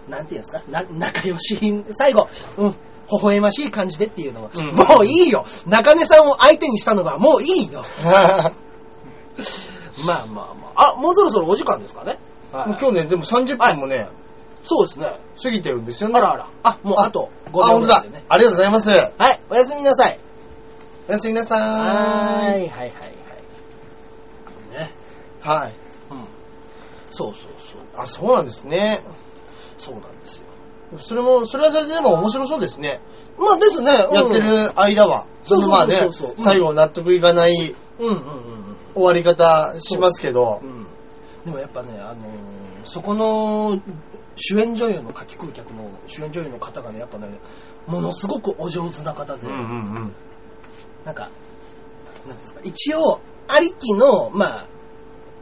なんていうんですか、な仲良し、最後、うん、微笑ましい感じでっていうのは、
うん
もういいよ中根さんを相手にしたのがもういいよ
あ。
まあまあまあ。あ、もうそろそろお時間ですかね。はい
もう今日ね、でも30分もね、
そうですね。
過ぎてるんですよね。
あらあら。あ、もうあと
あ、
5秒
本
ぐ
当
らい
だ
でね。。
ありがとうございます。
はい、おやすみなさい。
おやすみなさ
は
ー
ー
い。
い、はいはいはい。ね。
はい。
うん。そうそうそう。
あ、そうなんですね。
そうなんですよ。
それも、それはそれででも面白そうですね。
まあですね。うん
やって。る間は。
そう
のまあね
そうそうそう、
最後納得いかない
うんうんうん
終わり方しますけど
う。ん。うん。でもやっぱね、あのーそこの主演女優の夏季空客の主演女優の方がね、やっぱね、ものすごくお上手な方で、
うん
なんか、なんですか、一応、ありきの、まあ、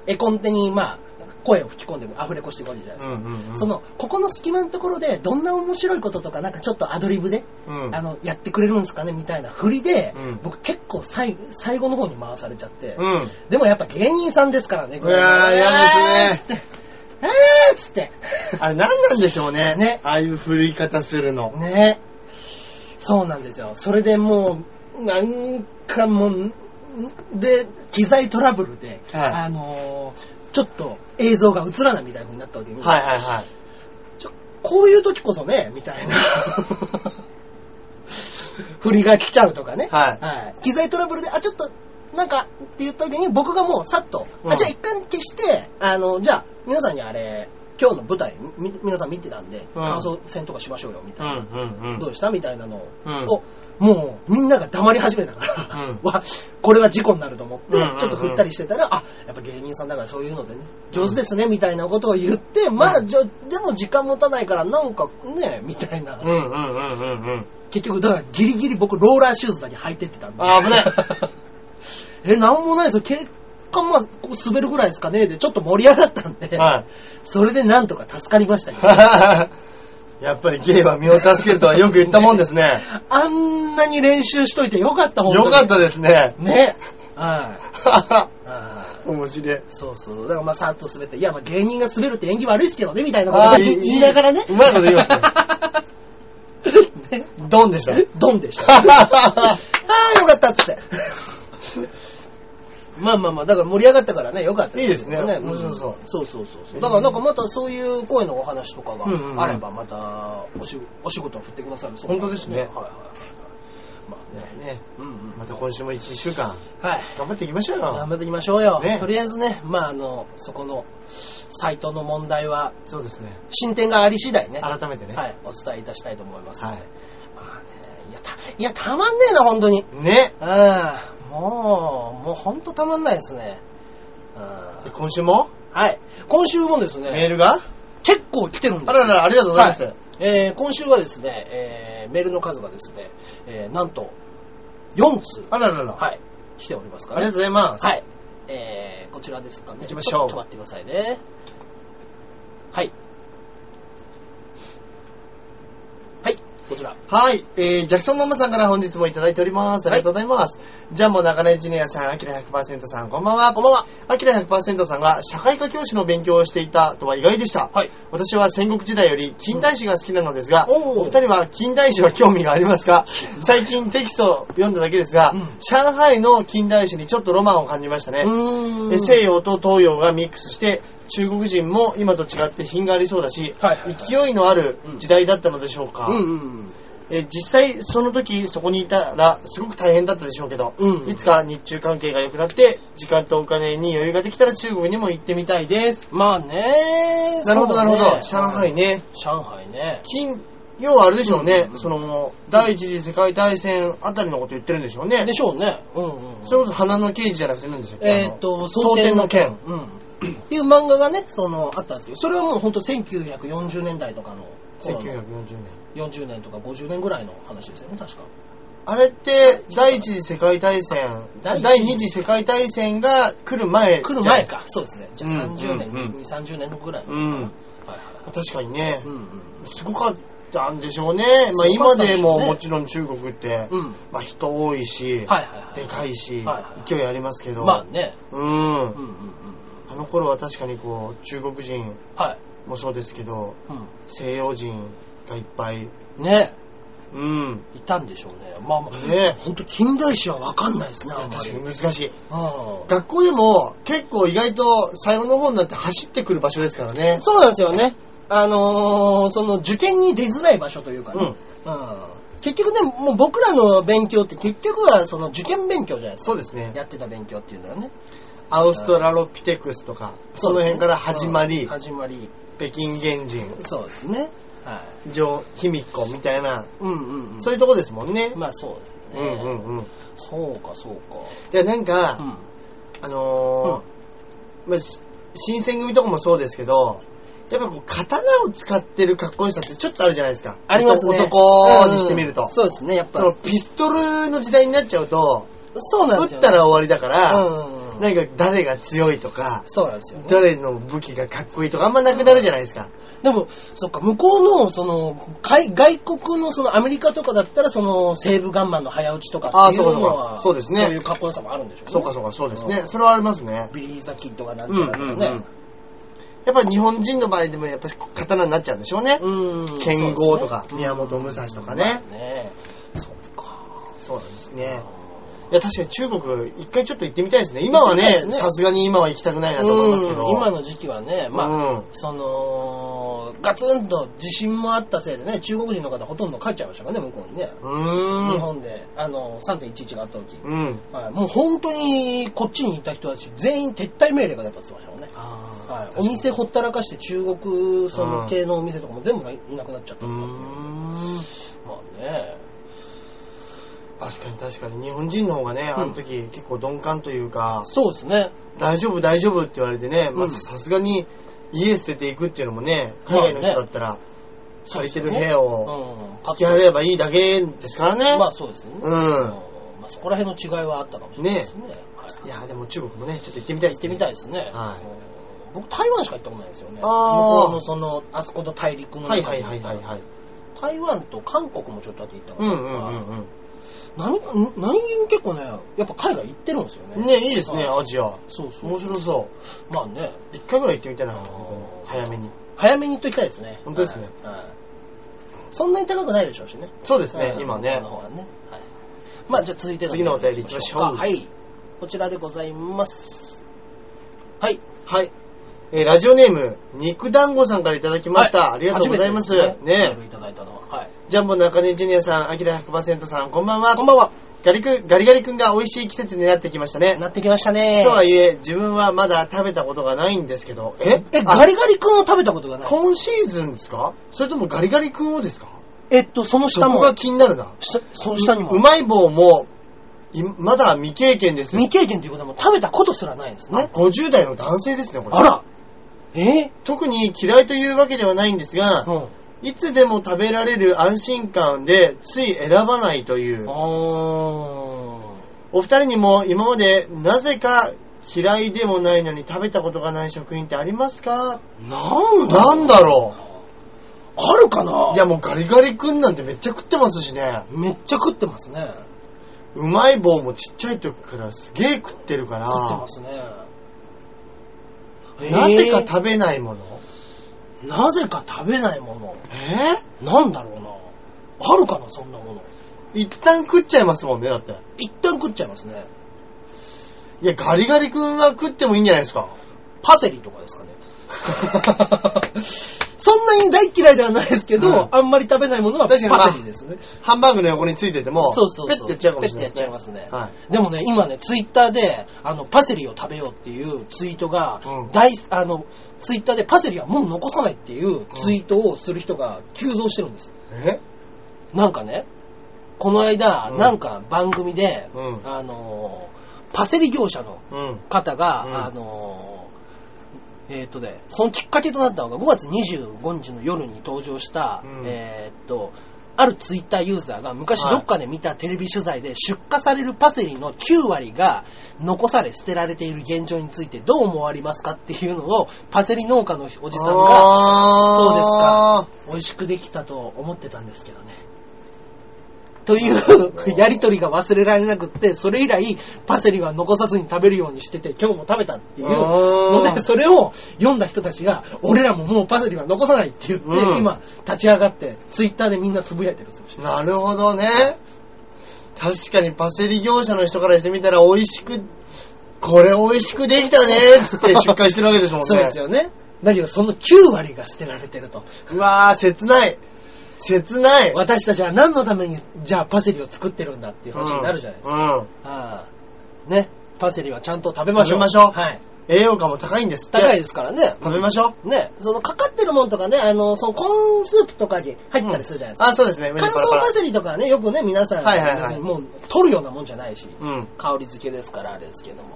絵コンテに、まあ、声を吹き込んでアフレコしていくわけじゃないです
う
か。
んうん。
そ、の、ここの隙間のところで、どんな面白いこととか、なんかちょっとアドリブで、
うん。
あの、やってくれるんですかね、みたいな振りで、
うん
僕結構最、最後の方に回されちゃって、
うん。
でもやっぱ芸人さんですからね、
うわー嫌です
ね。えーっつって、えーっつって。
あれ何なんでしょうね。
ね
ああいう振り方するの。
ねそうなんですよ。それでもう、なんかもう、んで、機材トラブルで、
はい
あのーちょっと映像が映らないみたいな風になった時に、
はいはいはい。
ちょこういう時こそね、みた
<laughs>
いな。振りが来ちゃうとかね。
はい
機材トラブルで、あ、ちょっと、なんか、って言った時に僕がもうさっと、
う
あ、
ん
じゃあ一旦消して、あの、じゃあ、皆さんにあれ、今日の舞台、み皆さん見てたんで、感想戦とかしましょうよ、みたいな。
うんうんうん。
どうでしたみたいなのを、
うん
もうみんなが黙り始めたから、
うん
わこれは事故になると思って、
うんうんうん
ちょっと振ったりしてたら、あ、やっぱ芸人さんだからそういうのでね、上手ですね、みたいなことを言って、まあ、
うん
じゃでも時間持たないから、なんかね、みたいな。
うんうんうんうんうん。
結局、だからギリギリ僕、ローラーシューズだけ履いてってたんで。
あ危ない
<laughs> え、なんもないですよ。結果、まあ、こう滑るぐらいですかね、で、ちょっと盛り上がったんで、
は
それでなんとか助かりましたけど。
い。 <laughs> やっぱりゲイは身を助けるとはよく言ったもんですね。
あんなに練習しといてよかった、本当に。
よかったですね。
ね。はい。はい
面白 <laughs> い。
そうそう。だからまあ、さっと滑って、いや、まあ、芸人が滑るって演技悪いですけどね、みたいなこと
あ
を
あ
言い言いながらね。
うまいこと言いますね。
<laughs> ね。
ドンでした。
ドンで
<laughs>
した。ああ、よかったっつって。まあまあまあ、だから盛り上がったからね、よかった
いいですね面白そ
う
う
んそうそうそうそう。だからなんかまたそういう声のお話とか
うんうんうん
があれば、またお仕お仕事を振ってください。
本当ですね
はいはいはい。まあね。
ね、
うんうん。
また今週も1週間
はい。
頑張っていきましょう
頑
よ。
張っていきましょうよ。
ね
とりあえずね、まああの、そこのサイトの問題は、
そうですね。
進展があり次第ね、
改めてね。
はい、お伝えいたしたいと思いますので。
はい
まあね、いや、た、いや、たまんねえな、本当に。
ね。
うん、もう、もう本当たまんないですね。うん、
で今週も
はい。今週もです
メー
ね、
ルが
結構来てるんです
あ
よ
らら、ありがとうございます。
はえー今週はですね、えーメールの数がですね、えーなんと、4通、
あららら、
はい、来ております
あ
か
りが
ら、
とうございます。
はい。えー、こちらですかね。
行きましょ
ち
う
ょっと待ってくださいね。はい。はい、こちら。
はい、えー、ジャクソンママさんから本日もいただいております。ありがとうございます。ジャンボ中根ジュニアさん、アキラ100%さん、こんばんは。こんばんは。アキラ100%さんが社会科教師の勉強をしていたとは意外でした。
はい。
私は戦国時代より近代史が好きなのですが、
うんおー
お二人は近代史は興味がありま
<laughs>
すか最近テキストを読んだだけですが、
うん
上海の近代史にちょっとロマンを感じましたね。
う
え西洋と東洋がミックスして中国人も今と違って品がありそうだし、
はいはいはい
勢いのある時代だったのでしょうか、
うんうん。
え実際その時そこにいたらすごく大変だったでしょうけど、
うん
いつか日中関係が良くなって時間とお金に余裕ができたら中国にも行ってみたいです
まあね
なるほどなるほど、上海
ね。
ね
上海ね。
金要はあれでしょうね、
うん
その第一次世界大戦あたりのこと言ってるんでしょうね
でしょうね。うんうん。
それこそ花の刑事じゃなくて何でしたっけ
えーっと、
蒼天の剣。
うん。っていう漫画がね、その、あったんですけど、それはもうほんと1940年代とかの頃の、
1940年
40年とか50年ぐらいの話ですよね、確か。
あれって、第一次世界大戦、
第一次
第二次世界大戦が来る <laughs> 前。
来る前。か。そうですね。じゃあ
うん
30年、
うんう
2、
ん
30年後ぐらい。
う
はい
ん。
はいはい
確かにね
う、ん
すごかったんでしょうね。ま
す
あ
ごか
今
ったでしょうね
でももちろん中国って、
うん。うん。
まあ人多い
は
し、
いはい
でかいし
はいはい、
勢いありますけど、
まあね。
うん。
うんうんうんうん。
あの頃は確かにこう、中国人
はい。
もそうですけど、
う
西洋人がいっぱい、
ん。ね。
うん。
いたんでしょうね。まあまあ。
ね
ほんと近代史はわかんないですね、あんま
確
り
か。に難しい。
うん
学校でも結構意外と最後の方になって走ってくる場所ですからね。
そうなんですよね。あのーその受験に出づらい場所というかね。
うん
結局ね、もう僕らの勉強って結局はその受験勉強じゃないですか。
そうですね。
やってた勉強っていうのはね。
アウストラロピテクスとか、その辺から始ま
う
り
ん、始まり。
北京原人、
そうですね。はい。
上卑弥呼みたいな、
うんうん、うん。
そういうとこですもんね。
まあそう
う
だ
ん
ね。
うんうん。
そうかそう
で、なんか
か。、
あのー、まあし新選組とかもそうですけど、やっぱこう、刀を使ってるかっこよさってちょっとあるじゃないですか。
ありますね。
男にしてみる
うん
と。
そうですね、やっぱ
そ。のピストルの時代になっちゃうと、
そうなん
撃
で
っ
すよ、ね。
たら終わりだから、
うんうんうん。
なんか誰が強いとか、
そうなんですよ、ね。
誰の武器がかっこいいとかあんまなくなるじゃないですか。
でも、そっか、向こうの、その、海外国の、その、アメリカとかだったら、その、西部ガンマンの早打ちとかっていうのは、
あそうかそうかそうですね
そういうかっこよさもあるんでしょうね。
そうかそうか、そうですね。
ん
それはありますね。
ビリー・ザ・キッドがな
うんんう
ちゃ
ん
らとか
うん。
ね
や。っぱり日本人の場合でもやっぱり刀になっちゃうんでしょうね。
うん
剣豪とか
そうですね
宮本武蔵とかね
まあねそっか。
そうなんですね。いや、確かに中国、一回ちょっと行ってみたいですね。今はね
行ってみたいで、すね
さすがに今は行きたくないなと思いますけど。
うん今の時期はね、まあ、
うん
その、ガツンと地震もあったせいでね、中国人の方ほとんど帰っちゃいましたからね、向こうにね。
う
日
ーん。
本で、あの、3.11があった時。
うん。
はい、もう本当にこっちにいた人たち全員撤退命令が出たって言ってましたもんね、はい、お店ほったらかして中国その系のお店とかも全部ななくなっちゃったとかってい
う
う
ーん。
まあね
確かに確かに。日本人の方がね、あの時、結構鈍感というか、
そうですね
大丈夫大丈夫って言われてね、
う
まあ
ん
さすがに家捨てていくっていうのもね、
まあ
海
ね
外の人だったら、借りてる部屋
うん
を
パッ
引き
と
払えばいいだけですからね。
まあそうですね、
うん
まあ、そこら辺の違いはあったかもしれないですねはい
いや、でも中国もね、ちょっと行ってみたい
行っ
です
て
ね。
みたいですね、
はい
うん僕台湾しか行ったことないんですよね向
あー
こうのそのあそこの大陸の
は
中
い
に
はいはいはいはい。
台湾と韓国もちょっとだけ行ったか
う
ら、
んうんうん
何かん何気に結構ねやっぱ海外行ってるんですよ
うん。
ね
ね、いいですね、
は
アジア。
そうそう
面白そ
まあね
う。一回ぐらい行ってみたい
あ
な、
ー
僕も早めに。
早めに行っときたいですね
本当ですね
はい、はいそんなに高くないでしょうしね
そうですね
は、い
今ね
向こうの。方はね、はい、まあじゃあ続いての
次のお便り行きましょう
かはいこちらでございますはい
はい。えーラジオネーム、肉団子さんからいただきました。
は
ありがとうございます。
初めてでね
ね
メールいただいたのははい
ジャンボ中根ジュニアさん、アキラ100%さん、こんばんは
こん。ばんは
ガリくガリガリ君が美味しい季節になってきましたね。
なってきましたね
とはいえ、自分はまだ食べたことがないんですけど。え
え
あ
ガリガリ君を食べたことがない
今シーズンですかそれともガリガリ君をですか
えっとその
そ
下
こ
も
が気になるな。
下その下にも
うまい棒も、いまだ未経験です。
未経験ということはもう食べたことすらないんです
あ
ね
50代の男性ですね、これ。
あらえ
特に嫌いというわけではないんですが、
うん
いつでも食べられる安心感で、つい選ばないという。
あ
お二人にも今までなぜか嫌いでもないのに食べたことがない食品ってありますか
ーなんだ
なんだろ
あるかな
ういやもうガリガリ君なんてめっちゃ食ってますしね。
めっちゃ食ってますね食って
うまい棒もちっちゃい時からすげえ食ってるから、
ますね
なぜか
え
食べないもの
ーなぜか食べないもの
え
なんだろうなあるかなそんなもの
ー一旦食っちゃいますもんね、だって。
一旦食っちゃいますね
いや、ガリガリ君は食ってもいいんじゃないですか。
パセリとかですかね <laughs> そんなに大嫌いではないですけど、
うん
あんまり食べないものはパ
確かにまあ
セリですね
ハンバーグの横についてても、
そうそうそう
ペッてやっちゃうかもしれないですね。
ペッてやっちゃいますね
はい。
でもね、今ね、ツイッターで、あの、パセリを食べようっていうツイートが、
うん
大す、あの、ツイッターでパセリはもう残さないっていうツイートをする人が急増してるんです。
え
なんかね、この間、
うん
なんか番組で、
うん
あのー、パセリ業者の
うん。
方が、
うん
あのー、えーっとね、そのきっかけとなったのが5月25日の夜に登場した、
うん
えーっと、あるツイッターユーザーが昔どっかで見たテレビ取材で出荷されるパセリの9割が残され捨てられている現状についてどう思われますかっていうのをパセリ農家のおじさんが、そうですか
あ。
美味しくできたと思ってたんですけどね。というやりとりが忘れられなくって、それ以来パセリは残さずに食べるようにしてて、今日も食べたっていうの
あ
で、
ー
それを読んだ人たちが、俺らももうパセリは残さないって言って、
うん
今立ち上がって、ツイッターでみんなつぶやいてるんですよ。
なるほどね。確かにパセリ業者の人からしてみたら美味しく、これ美味しくできたねっつって出荷してるわけですもんね。
<laughs> そうですよね。だけどその9割が捨てられてると。
うわー、切ない。切ない。
私たちは何のために、じゃあパセリを作ってるんだっていう話になるじゃないですか。
か。うん。
ああね。パセリはちゃんと食べましょう。
食べましょう
はい。
栄養価も高いんですって。
高いですからね。
食べましょ
ね、そのかかってるもんとかね、あの、そのコーンスープとかに入ったりするじゃないですか。
あ、そうですね。上に
乾燥
パラパラ
パセリとかはね、よくね、皆さん、
はいはいはい
別にもう取るようなもんじゃないし、
うん。
香り付けですから、あれですけども。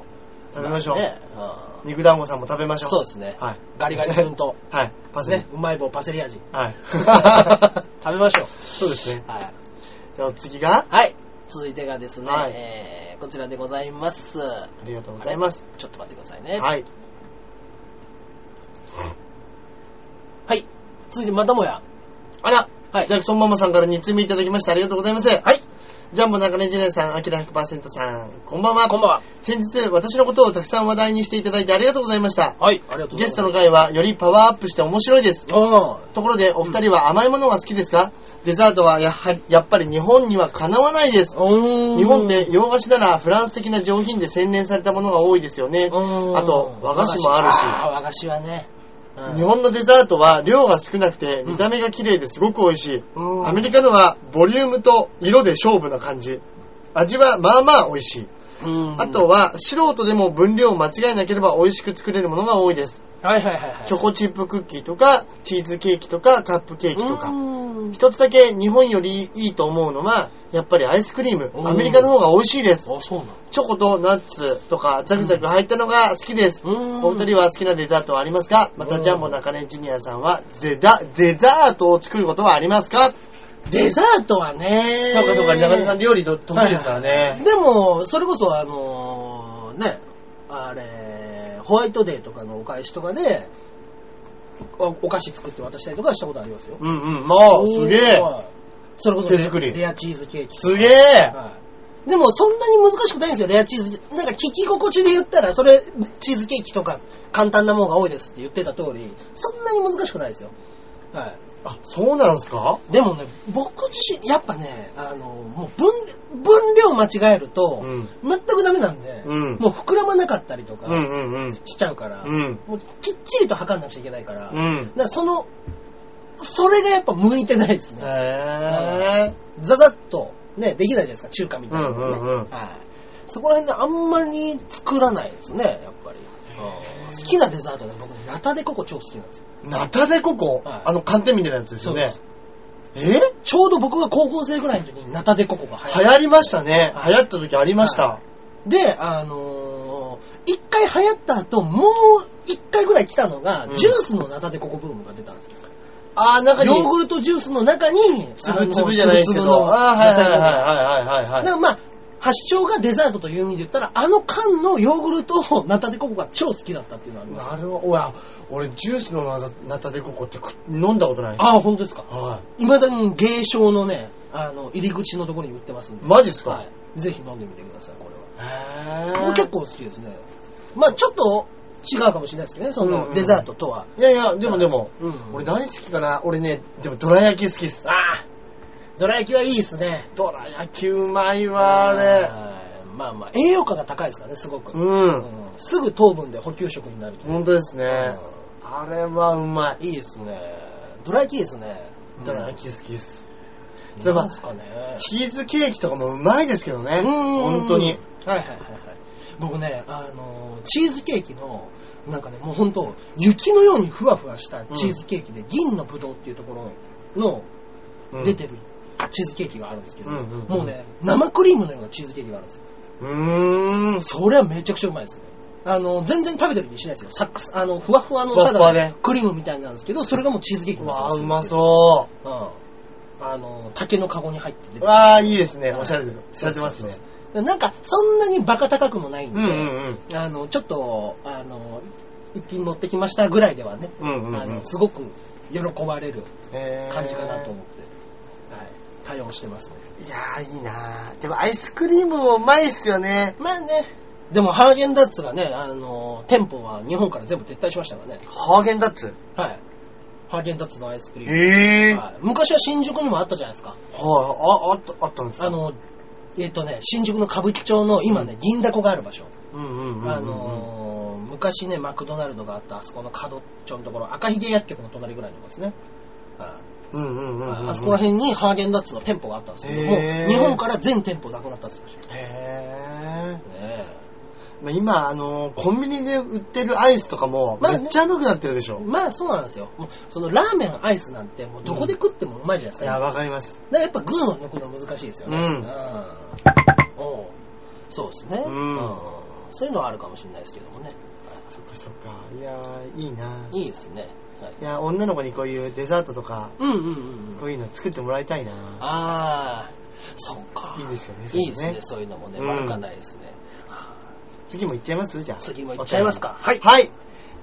食べましょう。
ね、うん
肉団子さんも食べましょう。
そうですね。
はい。
ガリガリ君と、
はい。パセリ。
ね、うまい棒パセリ
<laughs>
味。 <laughs>
はい。
食べましょう。
そうですね。
はい。
じゃあお次が、
はい。続いてがですね、
はい
えー、こちらでございます。あ
ありがとうございます。。
ちょっと待ってくださいね。
はい。
はい。続いてまたもや。
あら、
はい。
ジャクソンママさんから2通目いただきましてありがとうございます。はいジャンボ中根ジュネさん、アキラ100%さん、こんばんは。
こんばんは。
先日、私のことをたくさん話題にしていただいてありがとうございました。
はい。ありがとうございます。
ゲストの回はよりパワーアップして面白いです。
あ
ところで、お二人は甘いものが好きですかデザートはやはりやっぱり日本にはかなわないです。
ー
日本で洋菓子ならフランス的な上品で洗練されたものが多いですよね。
うん
あと、和菓子もあるし。
あ和菓子はね。うん
日本のデザートは量が少なくて見た目が綺麗ですごく美味しい、
うん
アメリカのはボリュームと色で勝負な感じ味はまあまあ美味しい、
うん
あとは素人でも分量を間違えなければ美味しく作れるものが多いです
はいはいはいはい。
チョコチップクッキーとかチーズケーキとかカップケーキと
う
か
ん
一つだけ日本よりいいと思うのはやっぱりアイスクリーム
うん
アメリカの方が美味しいです
あ、そうなの
チョコとナッツとかザクザク入ったのが好きです、
うん
お二人は好きなデザートはありますかまたジャンボ中根ジュニアさんはデザデザートを作ることはありますか
デザートはね。
そうかそうか中根さん料理と得意ですからね、
でも、それこそあのー、ね、あれ、ホワイトデーとかのお返しとかで、おお菓子作って渡したりとかしたことありますよ。
うんうんまあ
おー
すげえ
はいそれこそね
手作り
レアチーズケーキ。
すげえ
はいでもそんなに難しくないんですよ、レアチーズ。なんか聞き心地で言ったら、それ、チーズケーキとか簡単なものが多いですって言ってた通り、そんなに難しくないですよ。はい。
あそうなんすか
でもね、僕自身、やっぱね、あの、もう分、分量間違えると、
うん
全くダメなんで、
うん
もう膨らまなかったりと
うんう
か
んうん
しちゃうから、
うん
もうきっちりと測んなくちゃいけないから、
う
だか
ん
らその、それがやっぱ向いてないですね。
へえ
ザザッと、ね、できないじゃないですか、中華みたいなのね。
うんうんうん
はい。そこら辺であんまり作らないですね、やっぱり。好きなデザートね、僕、ナタデココ超好きなんですよ。
ナタデココ
はい
あの寒天みたいなやつですよねえ
ちょうど僕が高校生ぐらいの時にナタデココが流行って
流行りましたね
はい
流行った時ありました
はで、あのー一回流行った後、もう一回ぐらい来たのが、
うん
ジュースのナタデココブームが出たんですよ。
あー中に
ヨーグルトジュースの中に、
つぶつぶじゃないですけ
あの
どあーはいはいはいはいはいはい
だからまあ、発祥がデザートという意味で言ったら、あの缶のヨーグルトをナタデココが超好きだったっていうのはあります。
なるほど。うわ俺、ジュースのナタナタデココって食飲んだことない。
ああ、本当ですか。
はい
まだに芸商のね、あの、入り口のところに売ってますん
い。
で。
マジっすか、
はい。ぜひ飲んでみてください、これは。
へ
僕結構好きですね。まあ、ちょっと違うかもしれないですけどね、そ
うんう
の
ん
デザートとは。
いやいや、でもでも、
うん
俺何好きかな俺ね、でも、どら焼き好きっす。
ああどら焼きはいいですね。
どら焼きうまいわ、あ
はいまあまあ、栄養価が高いですからね、すごく。
れ。うん。
うんすぐ糖分で補給食になると。
本当ですね。あれはうまい。
いいですね。どら焼きいいですね。
どら焼き好きっす。
うん
でも
なんすかね。
チーズケーキとかもうまいですけどね。本当に。。
はいはいはいはい。僕ね、あのー、チーズケーキの、なんかね、もう本当雪のようにふわふわしたチーズケーキで、銀のぶどうっていうところの
うん
出てるチーズケーキがあるんですけど、
うんうんうん
もうね、生クリームのようなチーズケーキがあるんですよ。
うーん。
それはめちゃくちゃうまいですね。あの、全然食べてる気しないですよ。サックス、あの、ふわふわの、
ふわふわで
ただクリームみたいなんですけど、それがもうチーズケーキ
う
になって
わ
ま
あ
す
うまそう。
うん。あの、竹のカゴに入って出てくる
わあ、いいですね。
はい
おしゃれで。されてますね。
なんか、そんなにバカ高くもないん
う
で、
んうん
あの、ちょっと、あの、一品持ってきましたぐらいではね、
うん。うんうん
あ
うん
の。すごく喜ばれる
えー
感じかなと思って、はい、対応してますね。
いやー、いいなーでもアイスクリームもうまいっすよね。
まあね、でもハーゲンダッツがね、あの、店舗は日本から全部撤退しましたからね。
ハーゲンダッツ。
はい。ハーゲンダッツのアイスクリーム。
えー。は
は
い、
い昔は新宿にもあったじゃないですか。
あ、あった、あったんですか
あ、の、えっ、とね、新宿の歌舞伎町の今ね、銀だこがある場所。
うんうんうんうんうん。
あのー昔ね、マクドナルドがあったあそこの角っちょのところ、赤ひげ薬局の隣ぐらいのところですね。あ
うんうんうんうんうん。
あそこら辺にハーゲンダッツの店舗があったんですけども、
へー
日本から全店舗なくなったんですよ。ね
へ
え
ーまあ今、あのー、コンビニで売ってるアイスとかも、
まあ
め
ね
っちゃ甘くなってるでしょ。
まあそうなんですよ。もうそのラーメン、アイスなんて、もうどこで食ってもうまいじゃないです
い
か。
や、
だか
わかります。
らやっぱ群を抜くの難しいですよね。
うん
おうそうですね、
うん
そういうのはあるかもしれないですけどもね。
そっかそっか。いやー、いいな。
いいですね。はい、
いや、女の子にこういうデザートとか、
うんうんうんうん。
こういうの作ってもらいたいな。
ああ、そうか。
いいですよね
いいですね、そ
そう
いうのもね、
うん
悪かないですね。
次も行っちゃいますじゃあ。
次も行っちゃいますか。はい。
はい。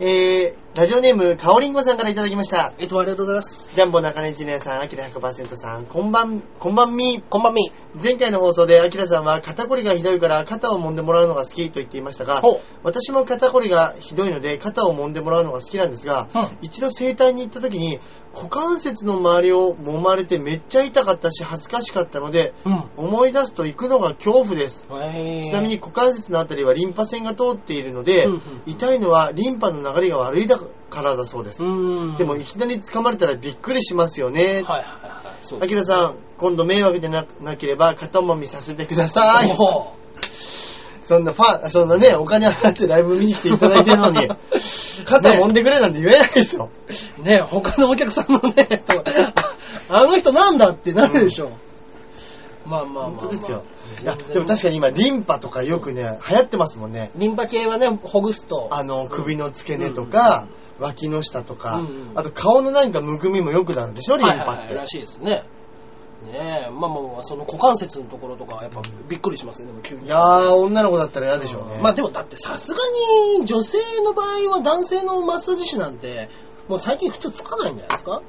えー、ラジオネーム、かおりんごさんからいただきました。
いつもありがとうございます。
ジャンボ中根ジュニアさん、アキラ100%さん、こんばん、こんばんみ。
こんばんみ。
前回の放送で、アキラさんは肩こりがひどいから肩を揉んでもらうのが好きと言っていましたが、
ほ
私も肩こりがひどいので肩を揉んでもらうのが好きなんですが、
うん
一度整体に行った時に股関節の周りを揉まれてめっちゃ痛かったし恥ずかしかったので、
うん。
思い出すと行くのが恐怖です。
へー
ちなみに、股関節のあたりはリンパ腺が通っているので、
うんうん
痛いのはリンパの流れが悪いだからだそうです。
うん。
でも
はい
いきなり掴まれたらびっくりしますよね。
はいはい。そう
あきらさん、今度迷惑でななければ肩もみさせてください。
お
そんなファン、そんなね、お金払ってライブ見に来ていただいてるの
<laughs>
に、肩揉んでくれなんて言えないですよ。
ーね他のお客さんのね、とあの人なんだってなるでしょ。まあまあまあ、まあ。
本当ですよ。いや、
全然
でも確かに今、リンパとかよくね、流行ってますもんね。
リンパ系はね、ほぐすと。
あの、首の付け根とか、脇の下とか、
うんうん
あと顔のなんかむくみも良くなるんでしょ、リン
はい
パ
は
っ
い
て。
はいらしいですね。ねえ、まあまあまあ、その股関節のところとかはやっぱびっくりしますよね、でも急に
いやー、女の子だったら嫌でしょうね。
まあでもだってさすがに女性の場合は男性のマッサージ師なんてもう最近普通つかないんじゃないですか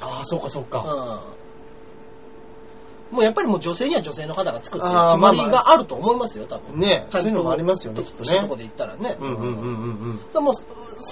あー、そうかそう
う
か。
ん。もうやっぱりもう女性には女性の方がつくっていう
あー
決まり
まあまあ
があると思いますよ、多分。
ね
ちゃんと
そういうのもありますよね、きっと
そういうとこ
ね。
で行ったらね。
うんうんうんうんうん。
でもそ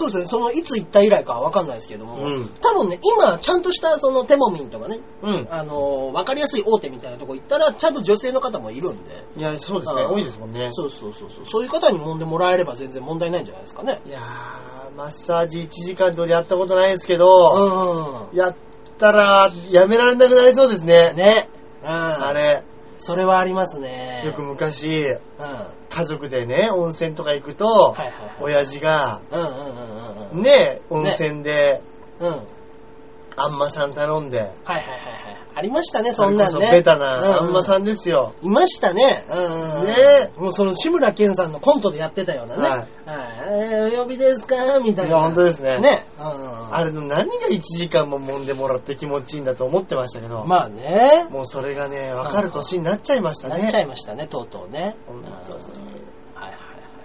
うですね、そのいつ行った以来かは分かんないですけども、
うん
多分ね、今、ちゃんとしたそのテモミンとかね、
うん。
あのー、分かりやすい大手みたいなとこ行ったら、ちゃんと女性の方もいるんで、
いや、そうですね、
うん
多いですもんね。
そうそうそうそう、そういう方に揉んでもらえれば全然問題ないんじゃないですかね。
いやー、マッサージ1時間通りやったことないですけ
う
ど、
ん。
やったら、やめられなくなりそうですね。
ね。うん。あ
あ
れ
れ、
それはありますね。
よく
うん。
昔、
は
家族でね、温泉とか行くと、
いはいはい。
親父が、
うんうんうんうんうん。。
ね、温泉で、
うん。はい
あんまさん頼んで、
はいはいはい。ありましたね、そんなん
そ
ね。
れこそベタな、
う
あんま
ん。
さんですよ。
いましたね。うんうん。
ね
え。もうその志村けんさんのコントでやってたようなね。
はい
はい。えーお呼びですかみたいな。
いや本当ですね
ね。うん。
あれの何が1時間も揉んでもらって気持ちいいんだと思ってましたけど、
まあね。
もうそれがね、分かる年になっちゃいました
なっちゃい
ね。
ましたね、とうとうね。
本当に
うんはいはいはい。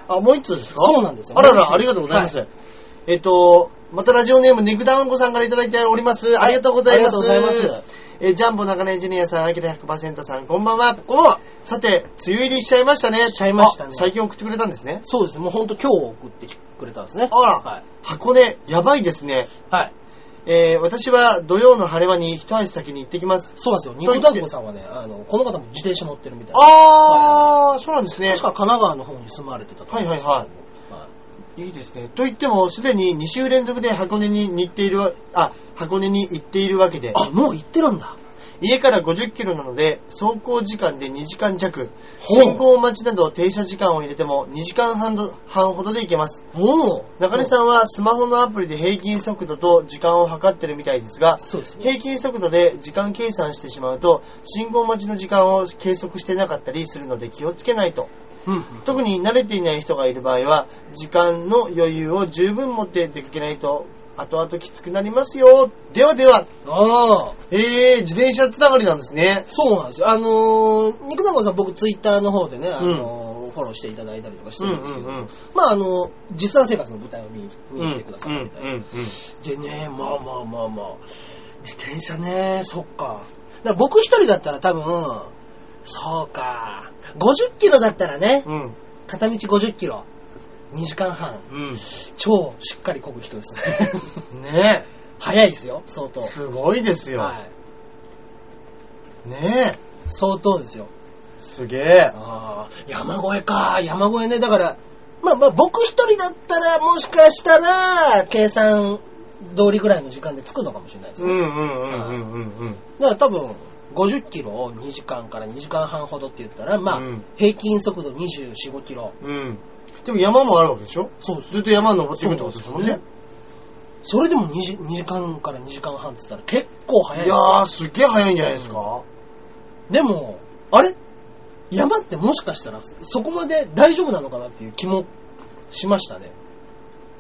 あ、もう一つですか
そうなんですよ
あら
もう一
ら、
つ
ありがとうございます。
は
えっと、またラジオネーム、ネクダウンゴさんからいただいております。ありがとうござい
あ
ます。
りがとうございます。
えージャンボ中根エンジニアさん、アキラ100%さん、こんばんは。さて、梅雨入りしちゃいましたね。
しちゃいましたね
あ最近送ってくれたんですね。
そうですね、もうほんと今日送ってくれたんですね。
あら
はい。
箱根、やばいですね。
はい。
えー私は土曜の晴れ間に一足先に行ってきます。
そうなんですよ。ニコ団子さんはね、あの、この方も自転車乗ってるみたいな。
あー、そうなんですね
確。か神奈川の方に住まれてたと思うんですけど
はい
はい
いですね。と言っても、すでに2週連続で箱根に行っているわ、あ、箱根に行っているわけで、
あ、もう行ってるんだ。
家から50キロなので、走行時間で2時間弱、
ほう
信号待ちなど停車時間を入れても2時間半ど半ほどで行けます。
おお。
中根
ん。
さんはスマホのアプリで平均速度と時間を測ってるみたいですが、
そうですね。
平均速度で時間計算してしまうと、信号待ちの時間を計測してなかったりするので気をつけないと。
うんうん。
特に慣れていない人がいる場合は、時間の余裕を十分持って出かけないと後々きつくなりますよ。ではでは。
ああ。
えー、自転車つながりなんですね。
そうなんですよ。あのー、肉団子さん僕ツイッターの方でね、あのーフォローしていただいたりとかしてるんですけど、
うんうんうん
まああのー実際生活の舞台を見に見
う
に
ん、
来てくださったみたいな。
うん、うん。
でね、まあまあまあまあ、自転車ね、そっか。だから僕一人だったら多分、そうか。50キロだったらね、
うん、
片道50キロ、2時間半、
うん。
超しっかり漕ぐ人ですね。
<laughs> ね
早いですよ、相当
え。。すごいですよ。
はい。
ねえ。
相当ですよ。
すげえ。
ああ、山越えか。山越えね。だから、まあまあ、僕一人だったら、もしかしたら、計算通りぐらいの時間で着くのかもしれないです
うん、
ね。
うん、うん、うん、うん、うん。
だから多分、50キロを2時間から2時間半ほどって言ったら、まあ、
うん
平均速度24、5キロ。
うん。でも山もあるわけでしょ
そうです。
ずっと山登っていくってことですもんね。
それでも 2, 時2時間から2時間半って言ったら結構早い
い
です
や
よ
ー、すっげえ早いんじゃないですか、
でも、あれ山ってもしかしたら、そこまで大丈夫なのかなっていう気もしましたね。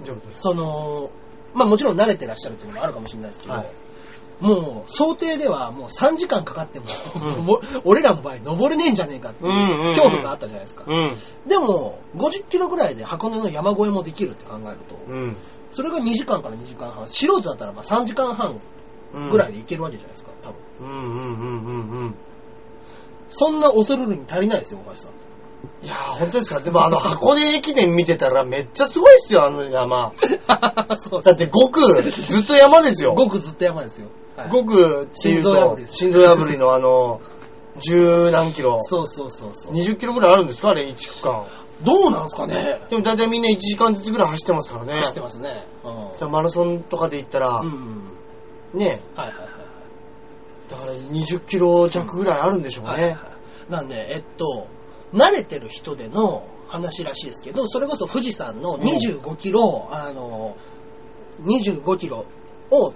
ってことです
その、まあもちろん慣れてらっしゃるっていうのもあるかもしれないですけど、
はい
もう想定ではもう3時間かかっても、
うん
もう俺らの場合登れねえんじゃねえかってい
うんうんう
うん恐怖があったじゃないですか。
うん。
でも、50キロぐらいで箱根の山越えもできるって考えると、
うん。
それが2時間から2時間半、素人だったらまあ3時間半ぐらいでいけるわけじゃないですか、多分。
うんうんうんうんうん。
そんな恐るるに足りないですよ、大橋
<laughs>
さん。
いやー、本当ですか。でもあの、箱根駅伝見てたらめっちゃすごいっすよ、あの山。
そう
だって5区、ずっと山ですよ。
ごくずっと山ですよ。はい
5区ってい
心
う
臓破
と
りで、す
心臓破りのあの、十何キロ。
そうそうそうそう。
20キロぐらいあるんですかあれ、1区間。
どうなんすかね
でも大体みんな1時間ずつぐらい走ってますからね。
走ってますね。うん。
だからマラソンとかで言ったら
う、ん。
ね、
はいはいはいはい。
だから20キロ弱ぐらいあるんでしょう
はいはい
ね
は。いなんで、えっと、慣れてる人での話らしいですけど、それこそ富士山の25キロ、あの、25キロを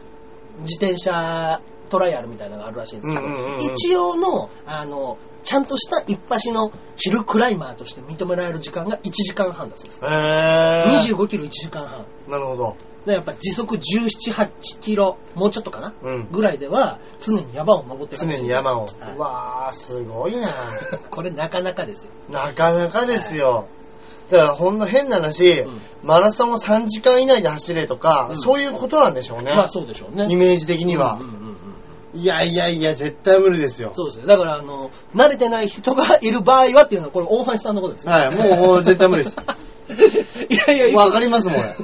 自転車トライアルみたいなのがあるらしいんですけど、
うんうんうんうん
一応の、あの、ちゃんとした一発のヒルクライマーとして認められる時間が1時間半だそうです。
へぇ
25キロ1時間半。
ー。なるほど。
でやっぱ時速17、8キロ、もうちょっとかな、
うん
ぐらいでは、常に山を登っていかな
常
いと
に山を。
はいう
わー、すごいな
<laughs> これなかなかですよ。
なかなかですよ。だからほんの変な話、
うん
マラソンを3時間以内で走れとか、
うん
そういうことなんでしょうね。
まあそうでしょうね。
イメージ的には
うんう、んうんうん
いやいやいや、絶対無理ですよ。
そうですね。だから、あの、慣れてない人がいる場合はっていうのは、これ大橋さんのことですよ。
はいもうもう絶対無理です
<laughs> いやいやいや、
わかりますもん俺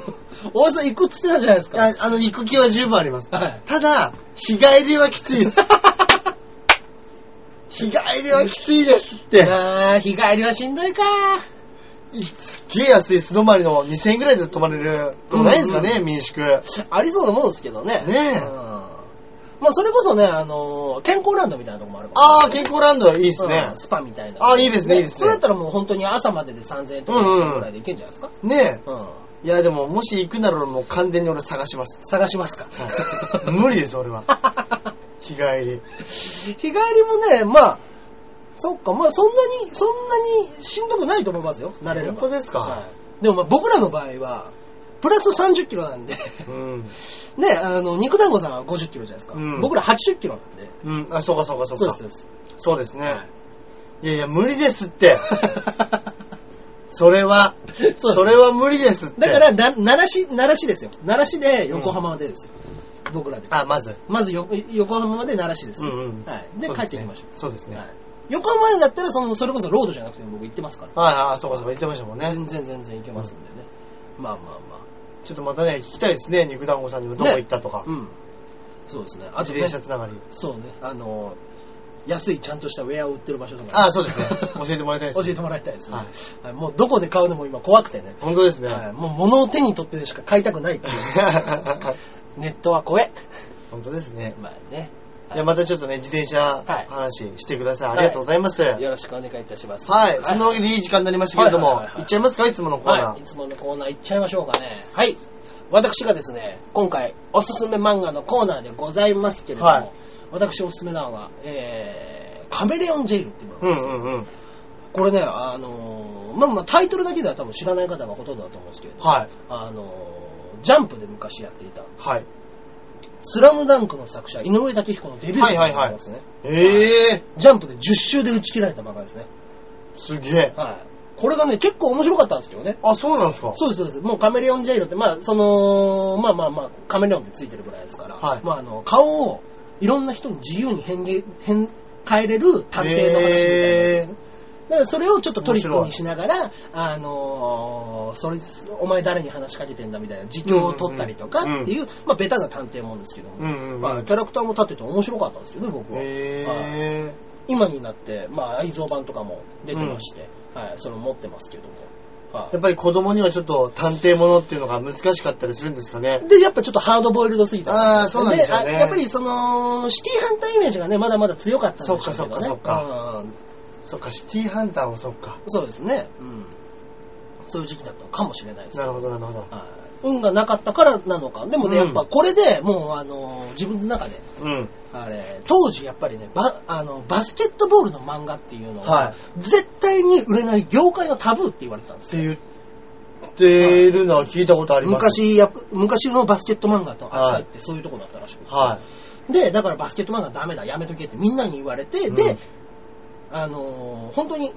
大橋さん行くっつってたじゃないです
あ
か。
あの、行く気は十分あります。
はい
ただ、日帰りはきつ
<laughs>
いです。日帰りはきついですって。
あー日帰りはしんどいか
すっげえ安い素泊まりの2000円ぐらいで泊まれるとこないんですかね、
うんうん
民宿。
ありそうなもんですけどね。
ねえ
うんまあ、それこそね、あの、健康ランドみたいなとこもあるから。
ああ、健康ランドいいですね
うん。スパみたいな。
あーいいですねいいですね
それだったらもう本当に朝までで3000円とか
うんう
4000
ん
円ぐらいで行けんじゃないですか。
ね
うん。
え。いや、でも、もし行くならもう完全に俺探し
<laughs>
ます。
探しますか。
<laughs> 無理です、俺は。日帰り。
<laughs> 日帰りもね、まあ、そっか、まあそんなに、そんなにしんどくないと思いますよ、慣れれば。
本当ですか
はい、でもまあ僕らの場合は、プラス30キロなん
<laughs>
で、
うん。
ね、あの、肉団子さんは50キロじゃないですか。
うん
僕ら80キロなんで。
うん。あ、そうかそうかそう
そう
か。
です、そうです。
そうですね。 <laughs>
はい
いやいや、無理で
<laughs>
すって。それは、
そうです
それは無理ですって。
だから、、な、奈良市、奈良市ですよ。奈良市で横浜までですよ。僕らで。
あ、まず。
まずよ横浜まで奈良市ですね、
うんうん
はい。で、
そう
帰
ですね
ってきましょう。
そうですね
はい横浜までだったら、その、それこそロードじゃなくても僕行ってますから。
はいはい、そうかそうか、言ってましたもんね。
全然全然いけますんでね。まあまあま
ちょっとまたね、聞きたいですね、肉団子さんにもどこ行ったとか
あ。。うん。そうですね。あと
自
ね
転車つながり。
そうね。あの、安いちゃんとしたウェアを売ってる場所とか。
あ、そう
<laughs>
ですね。教えてもらいたいです
教
ね。
えてもらいたいですね
は。
はいもうどこで買うのも今怖くてね。
本当ですね。
はいもう物を手に取ってでしか買いたくないっていう。ネットは怖え。
<laughs> 本当ですね。
まあね。
いや、またちょっとね、自転車
はい
話してください。
は
あ
い
りがとうございます。はい。
よろしくお願いいたします。
そんなわけでいい時間になりましたけれども、
はいはいはいはい
行っちゃいますかいつものコーナ
はい、い
ー。
つものコーナー行っちゃいましょうかね。はい。私がですね、今回おすすめ漫画のコーナーでございますけれども、
はい
私おすすめなのが、えー、カメレオンジェイルっていう漫
う
画です、
んうんうん。
これね、あのーまあまあタイトルだけでは多分知らない方がほとんどだと思うんですけれど、
はい。
あのージャンプで昔やっていた、
はい。
スラムダンクの作者、井上武彦のデビュー作
はいはいはい
なんですね。
ええ
ジャンプで10周で打ち切られた漫画ですね。
すげえ。
はい。これがね、結構面白かったんですけどね。
あ、そうなんですか
そうです、そうです。もうカメレオンジャイロって、まあ、その、まあまあまあ、カメレオンってついてるぐらいですから、
はい
まあ、あの、顔をいろんな人に自由に変げ変変えれる探偵の話みたいなやつですね。だからそれをちょっとトリックにしながら、あのーそれ、お前誰に話しかけてんだみたいな実況を取ったりとか
うんうんうん
っていう、まあ、ベタな探偵もんですけども、
うんうんうん
まあ、キャラクターも立ってて面白かったんですけどね、僕は。はい
ええ
今になって、まあ、愛蔵版とかも出てまして、はい、それを持ってますけども。はい
やっぱり子供にはちょっと探偵ものっていうのが難しかったりするんですかね。
で、やっぱちょっとハードボイルドすぎたん
あーそうなんでしょうね
あやっぱりその、シティハンターイメージがね、まだまだ強かったんでしょうけど、ね。
そっかそっかそっ
うん
そっか、シティハンターもそっか。
そうですね。うん。そういう時期だったのかもしれないです
な。るほど、なるほど。
はい運がなかったからなのか。でもね、
うん
やっぱこれでもう、あの、自分の中で、
うん。
あれ、当時やっぱりね、バあのバスケットボールの漫画っていうのは、
はい
絶対に売れない業界のタブーって言われてたんで
っ
すよ
て言ってるのは聞いたことあります。。
昔やっぱ、昔のバスケット漫画と扱いってそういうとこだったらしくて、
は
で、だからバスケット漫画ダメだ、やめとけってみんなに言われて、
うん
で、あのー本当に、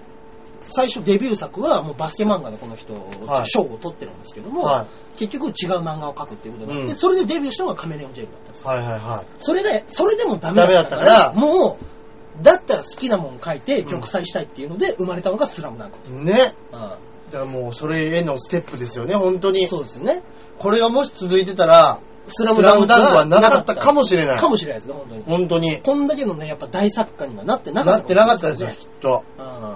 最初デビュー作はもうバスケ漫画のこの人、
はい
賞を取ってるんですけども、
は
結局違う漫画を描くっていうことになって、
うん
それでデビューしたのがカメレオン・ジェイムだったんです
い。
よ
はいはいは
それで、それでもダメだったから、
ダメだったから
もう、だったら好きなもん書いて玉砕したいっていうので生まれたのがスラムダンク。
い。ね。
あ
だからもうそれへのステップですよね、本当に。
そうですね。
これがもし続いてたら、
ス
ラムダンクはなかったかもしれない
かもしれないですね、本当に。
本当に。
こんだけのね、やっぱ大作家にはなってなかった。
なってなかったですよ、きっと。
うん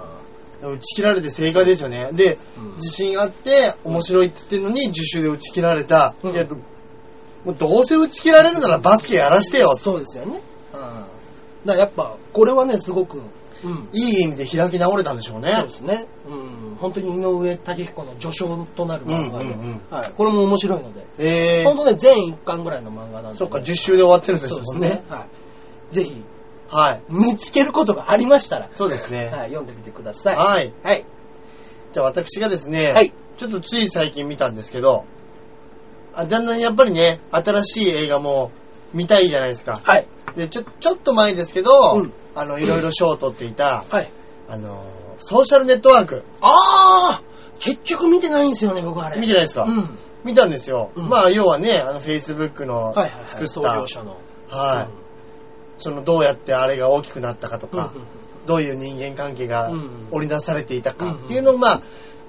打ち切られて正解ですよね。で、
うん
自信あって、面白いって言ってるのに、受賞で打ち切られた。
うん
いや、どもうどうせ打ち切られるならバスケやらしてよ。
そうですよね。うん。だからやっぱ、これはね、すごく、うん。
いい意味で開き直れたんでしょうね。
そうですね。うん。本当に井上武彦の序章となる漫画で、
うんうんうん
はい。これも面白いので、
え
本
ー、
当ね、全1巻ぐらいの漫画なんで、
そっか、10周で終わってるんです
そうで
も
す
ん
ね。
ね。
はい。ぜひ、
はい。
見つけることがありましたら、
そうですね。
はい、読んでみてください。
はい。
はい。
じゃあ私がですね、
はい
ちょっとつい最近見たんですけど、あだんだんやっぱりね、新しい映画も見たいじゃないですか。
はい。
で、ちょ、ちょっと前ですけど、
うん
あの、いろいろ賞を取っていた、
はい。
あの、ソーシャルネットワーク、
あー結局見てないんですよね、僕あれ。
見てないですか
うん。
見たんですよ。
うん
まあ、要はね、あの、Facebook
は
の
いはい、はい。
作った、
創業者の。
はいその、どうやってあれが大きくなったかと
うん。うんうん
か、どういう人間関係が
うん
織り出されていたかっていうのを、まあ、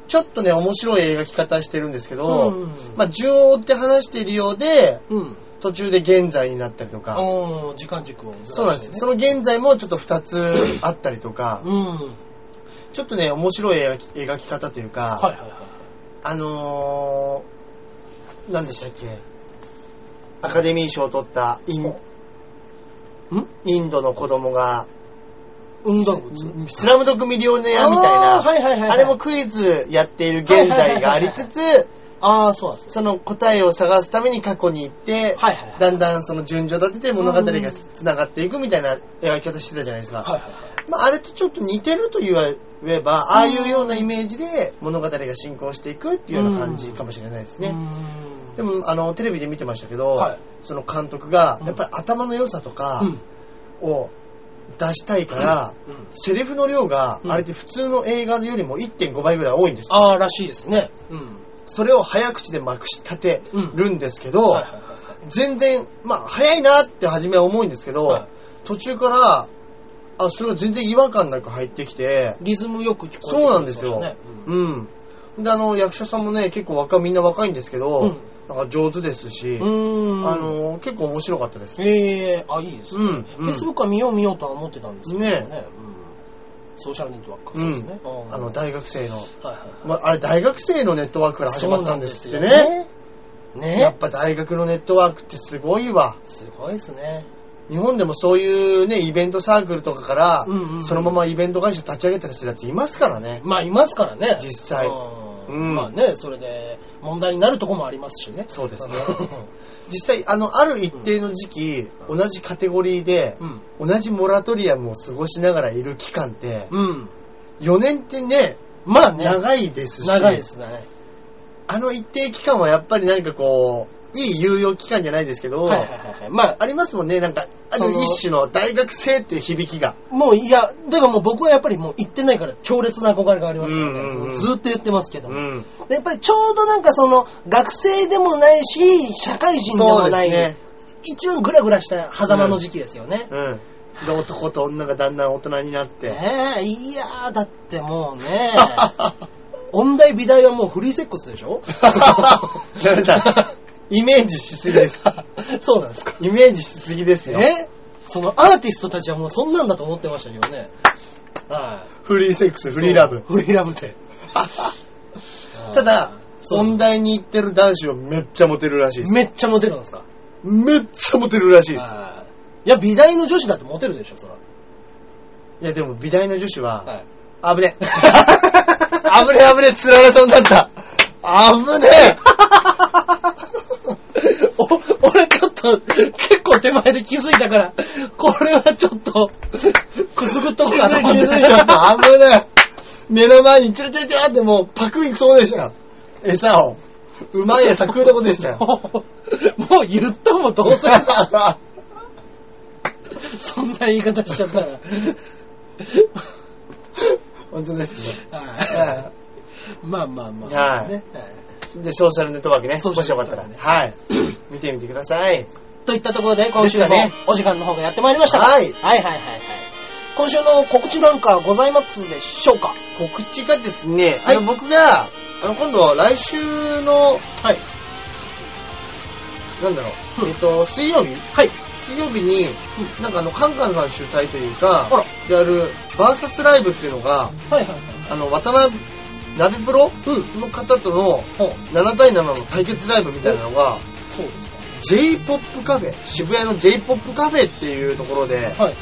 ちょっとね、面白い描き方してるんですけど、
うん
まあ、順を追って話しているようで、
うんうん。
途中で現在になったりとか、
おー時間軸をずらしてね、
そうなんですよ。その現在もちょっと2つあったりとか、
うん。
ちょっとね、面白い描き描き方という
はい
か、
はいはい。
あのー、何でしたっけ、アカデミー賞を取ったイン
ん
インドの子供が、
運動
ス
靴
スラムドッグミリオネアみたいな、
あーはいはいはいはい
あれもクイズやっている現在がありつつ、
ああ、そうなんですね。
その答えを探すために過去に行って、
はいはいはい
だんだんその順序立てて物語がつつながっていくみたいな描き方してたじゃないですか。
はいはい
まあ、あれとちょっと似てると言えば、ああいうようなイメージで物語が進行していくっていうような感じかもしれないですね。
はい。
でも、あの、テレビで見てましたけど、
はい
その監督が
う、ん
やっぱり頭の良さと
う
か
ん、
を出したいから、
うん
セリフの量が、
うん
あれって普通の映画よりも1.5倍ぐらい多いんです。
ああ、らしいですね。うん。
それを早口でまくし立てるんですけど、
はいはいはいはい
全然、まあ、早いなって初めは思うんですけど、
はい
途中から、あ、それが全然違和感なく入ってきて、
リズムよく聞こえてくる
そうなんです
そう
よ
ね。うん
うん。で、あの、役者さんもね、結構若、みんな若いんですけど、
うん
なんか上手ですし、
うん。
あ、の、結構面白かったです。
ええ、あ、いいですね。
うんうん
フェイスブックは見よう見ようとは思ってたんですけどね。
ね
うんソーシャルネットワークかそうですね。
あの、
はい
大学生の、
はいはい
まあ、あれ大学生のネットワークから始まったんですってね。
そうなんですよね。
やっ
ね
ぱ大学のネットワークってすごいわ。
すごいですね。
日本でもそういうね、イベントサークルとかから、
うんうんうん
そのままイベント会社立ち上げたりするやついますからね。
まあ、いますからね。
実際
うん
うん
まあね、それで問題になるとこもありますしね。
そうですね実際、あの、ある一定の時期、
うん
同じカテゴリーで、
<laughs> うん。
同じモラトリアムを過ごしながらいる期間って、
うん。
4年ってね、
まあね、
長いですし、
長いですね。
あの一定期間はやっぱりなんかこう、いい猶予期間じゃないですけど、
はいはいはいはい。まあ、
ありますもんね、なんか、あ
そ
る
の
一種の大学生っていう響きが。
もういや、だからもう僕はやっぱりもう行ってないから強烈な憧れがありますからね。
うんうんうん
ずっと言ってますけど、
うん。
でやっぱりちょうどなんかその学生でもないし、社会人でもない、
そうですね
一番グラグラした狭間の時期ですよね。
うん。で男と女がだんだん大人になって。
ねえ、いやー、だってもうね、
<laughs>
音大美大はもうフリーセックスで
<laughs>
しょ
ダメだ。 <laughs> イメージしすぎです。
そうなんですか。
<laughs> イメージしすぎですよ。
えそのアーティストたちはもうそんなんだと思ってましたけどね。はい。
フリーセックス、フリーラブ。
そうフリーラブで。
ただ
そうそう
音大に行ってる男子はめっちゃモテるらしいです。
めっちゃモテるんですか
めっちゃモテるらしいです。
はいいや、美大の女子だってモテるでしょ、そら。
いやでも美大の女子は、
はい。
危ねえ。 <laughs> 危ねえ危ねえ、つられそうになった。危ねえ。
お、俺ちょっと、結構手前で気づいたから、これはちょっと、くすぐっとこう
<laughs> 気
かな
づ
と思
い
って。
気づいちゃった。危ねえ。目の前にチラチラチラってもうパクいくとこでしたよ。餌を。うまい餌食うとこでしたよ。
もうもう言ったもどうせ。そんな言い方しちゃったら。
<laughs> 本当ですね。
はいまあまあまあ。
はい
ねは
で、ソーシャルネットワークね。
ソー
も
シ
し
ャ
よ
ル
か
ネ
っ
ット
た
ワー
ら
クね
ね。 <clears throat> はい。見てみてください。
といったところで、今週も
ですかね
お時間の方がやってまいりましたが
は
は
い
いはいはいはい。今週の告知なんかございますでしょうか
告知がですね、
はい
あの僕が、あの今度来週の、
はい。
なんだろう、
うん
えっと、水曜日
はい。
水曜日に、なんかあの、カンカンさん主催というか
あら、
やる、バーサスライブっていうのが、
はいはいはい。
あの、渡辺、ナビプロの方との
ほう。
7対7の対決ライブみたいなのが、
そうです
J-POP カフェ、渋谷の J-POP カフェっていうところで、
か。はい。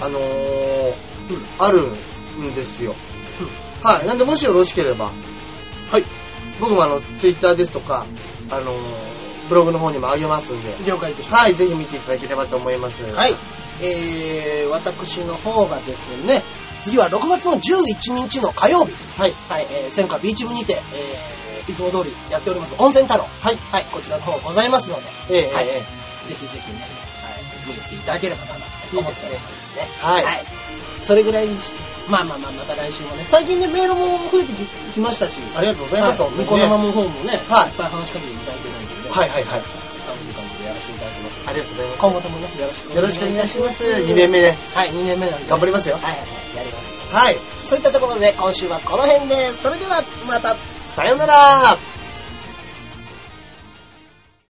あのー
うん
あるんですよ。はい。なんで、もしよろしければ、
はい。
僕もあの、ツイッターですとか、あのーブログの方にもあげますんで、
了解いたしまし
はい、ぜひ見ていただければと思います。
た。はい。。えー、私の方がですね、次は6月の11日の火曜日。
はい。
はい、えー、戦火ビーチ部にて、えー、いつも通りやっております、温泉太郎。
はい。
はい、こちらの方ございますので、
ええ
はい
ええ
ぜひぜひね、はい、見に来ていただければな、と思っておりますね。
はい
それぐらいにして、まあまあまあ、また来週もね、最近ね、メールも増えてききましたし、
ありがとうございます。
はい、
本
ニコ
当にね
生の方もね、
はい
いっぱい話しかけていただいてないので、
はいはいはい。
楽しい感じでやらせていただきます。
ありがとうございます。
今後ともね、よろしく
よろしくお願いします。2年目で。
はい、2年目なんで。
頑張りますよ
はいはいはい、やります。
はい。
そういったところで今週はこの辺です。それではまた。
さよなら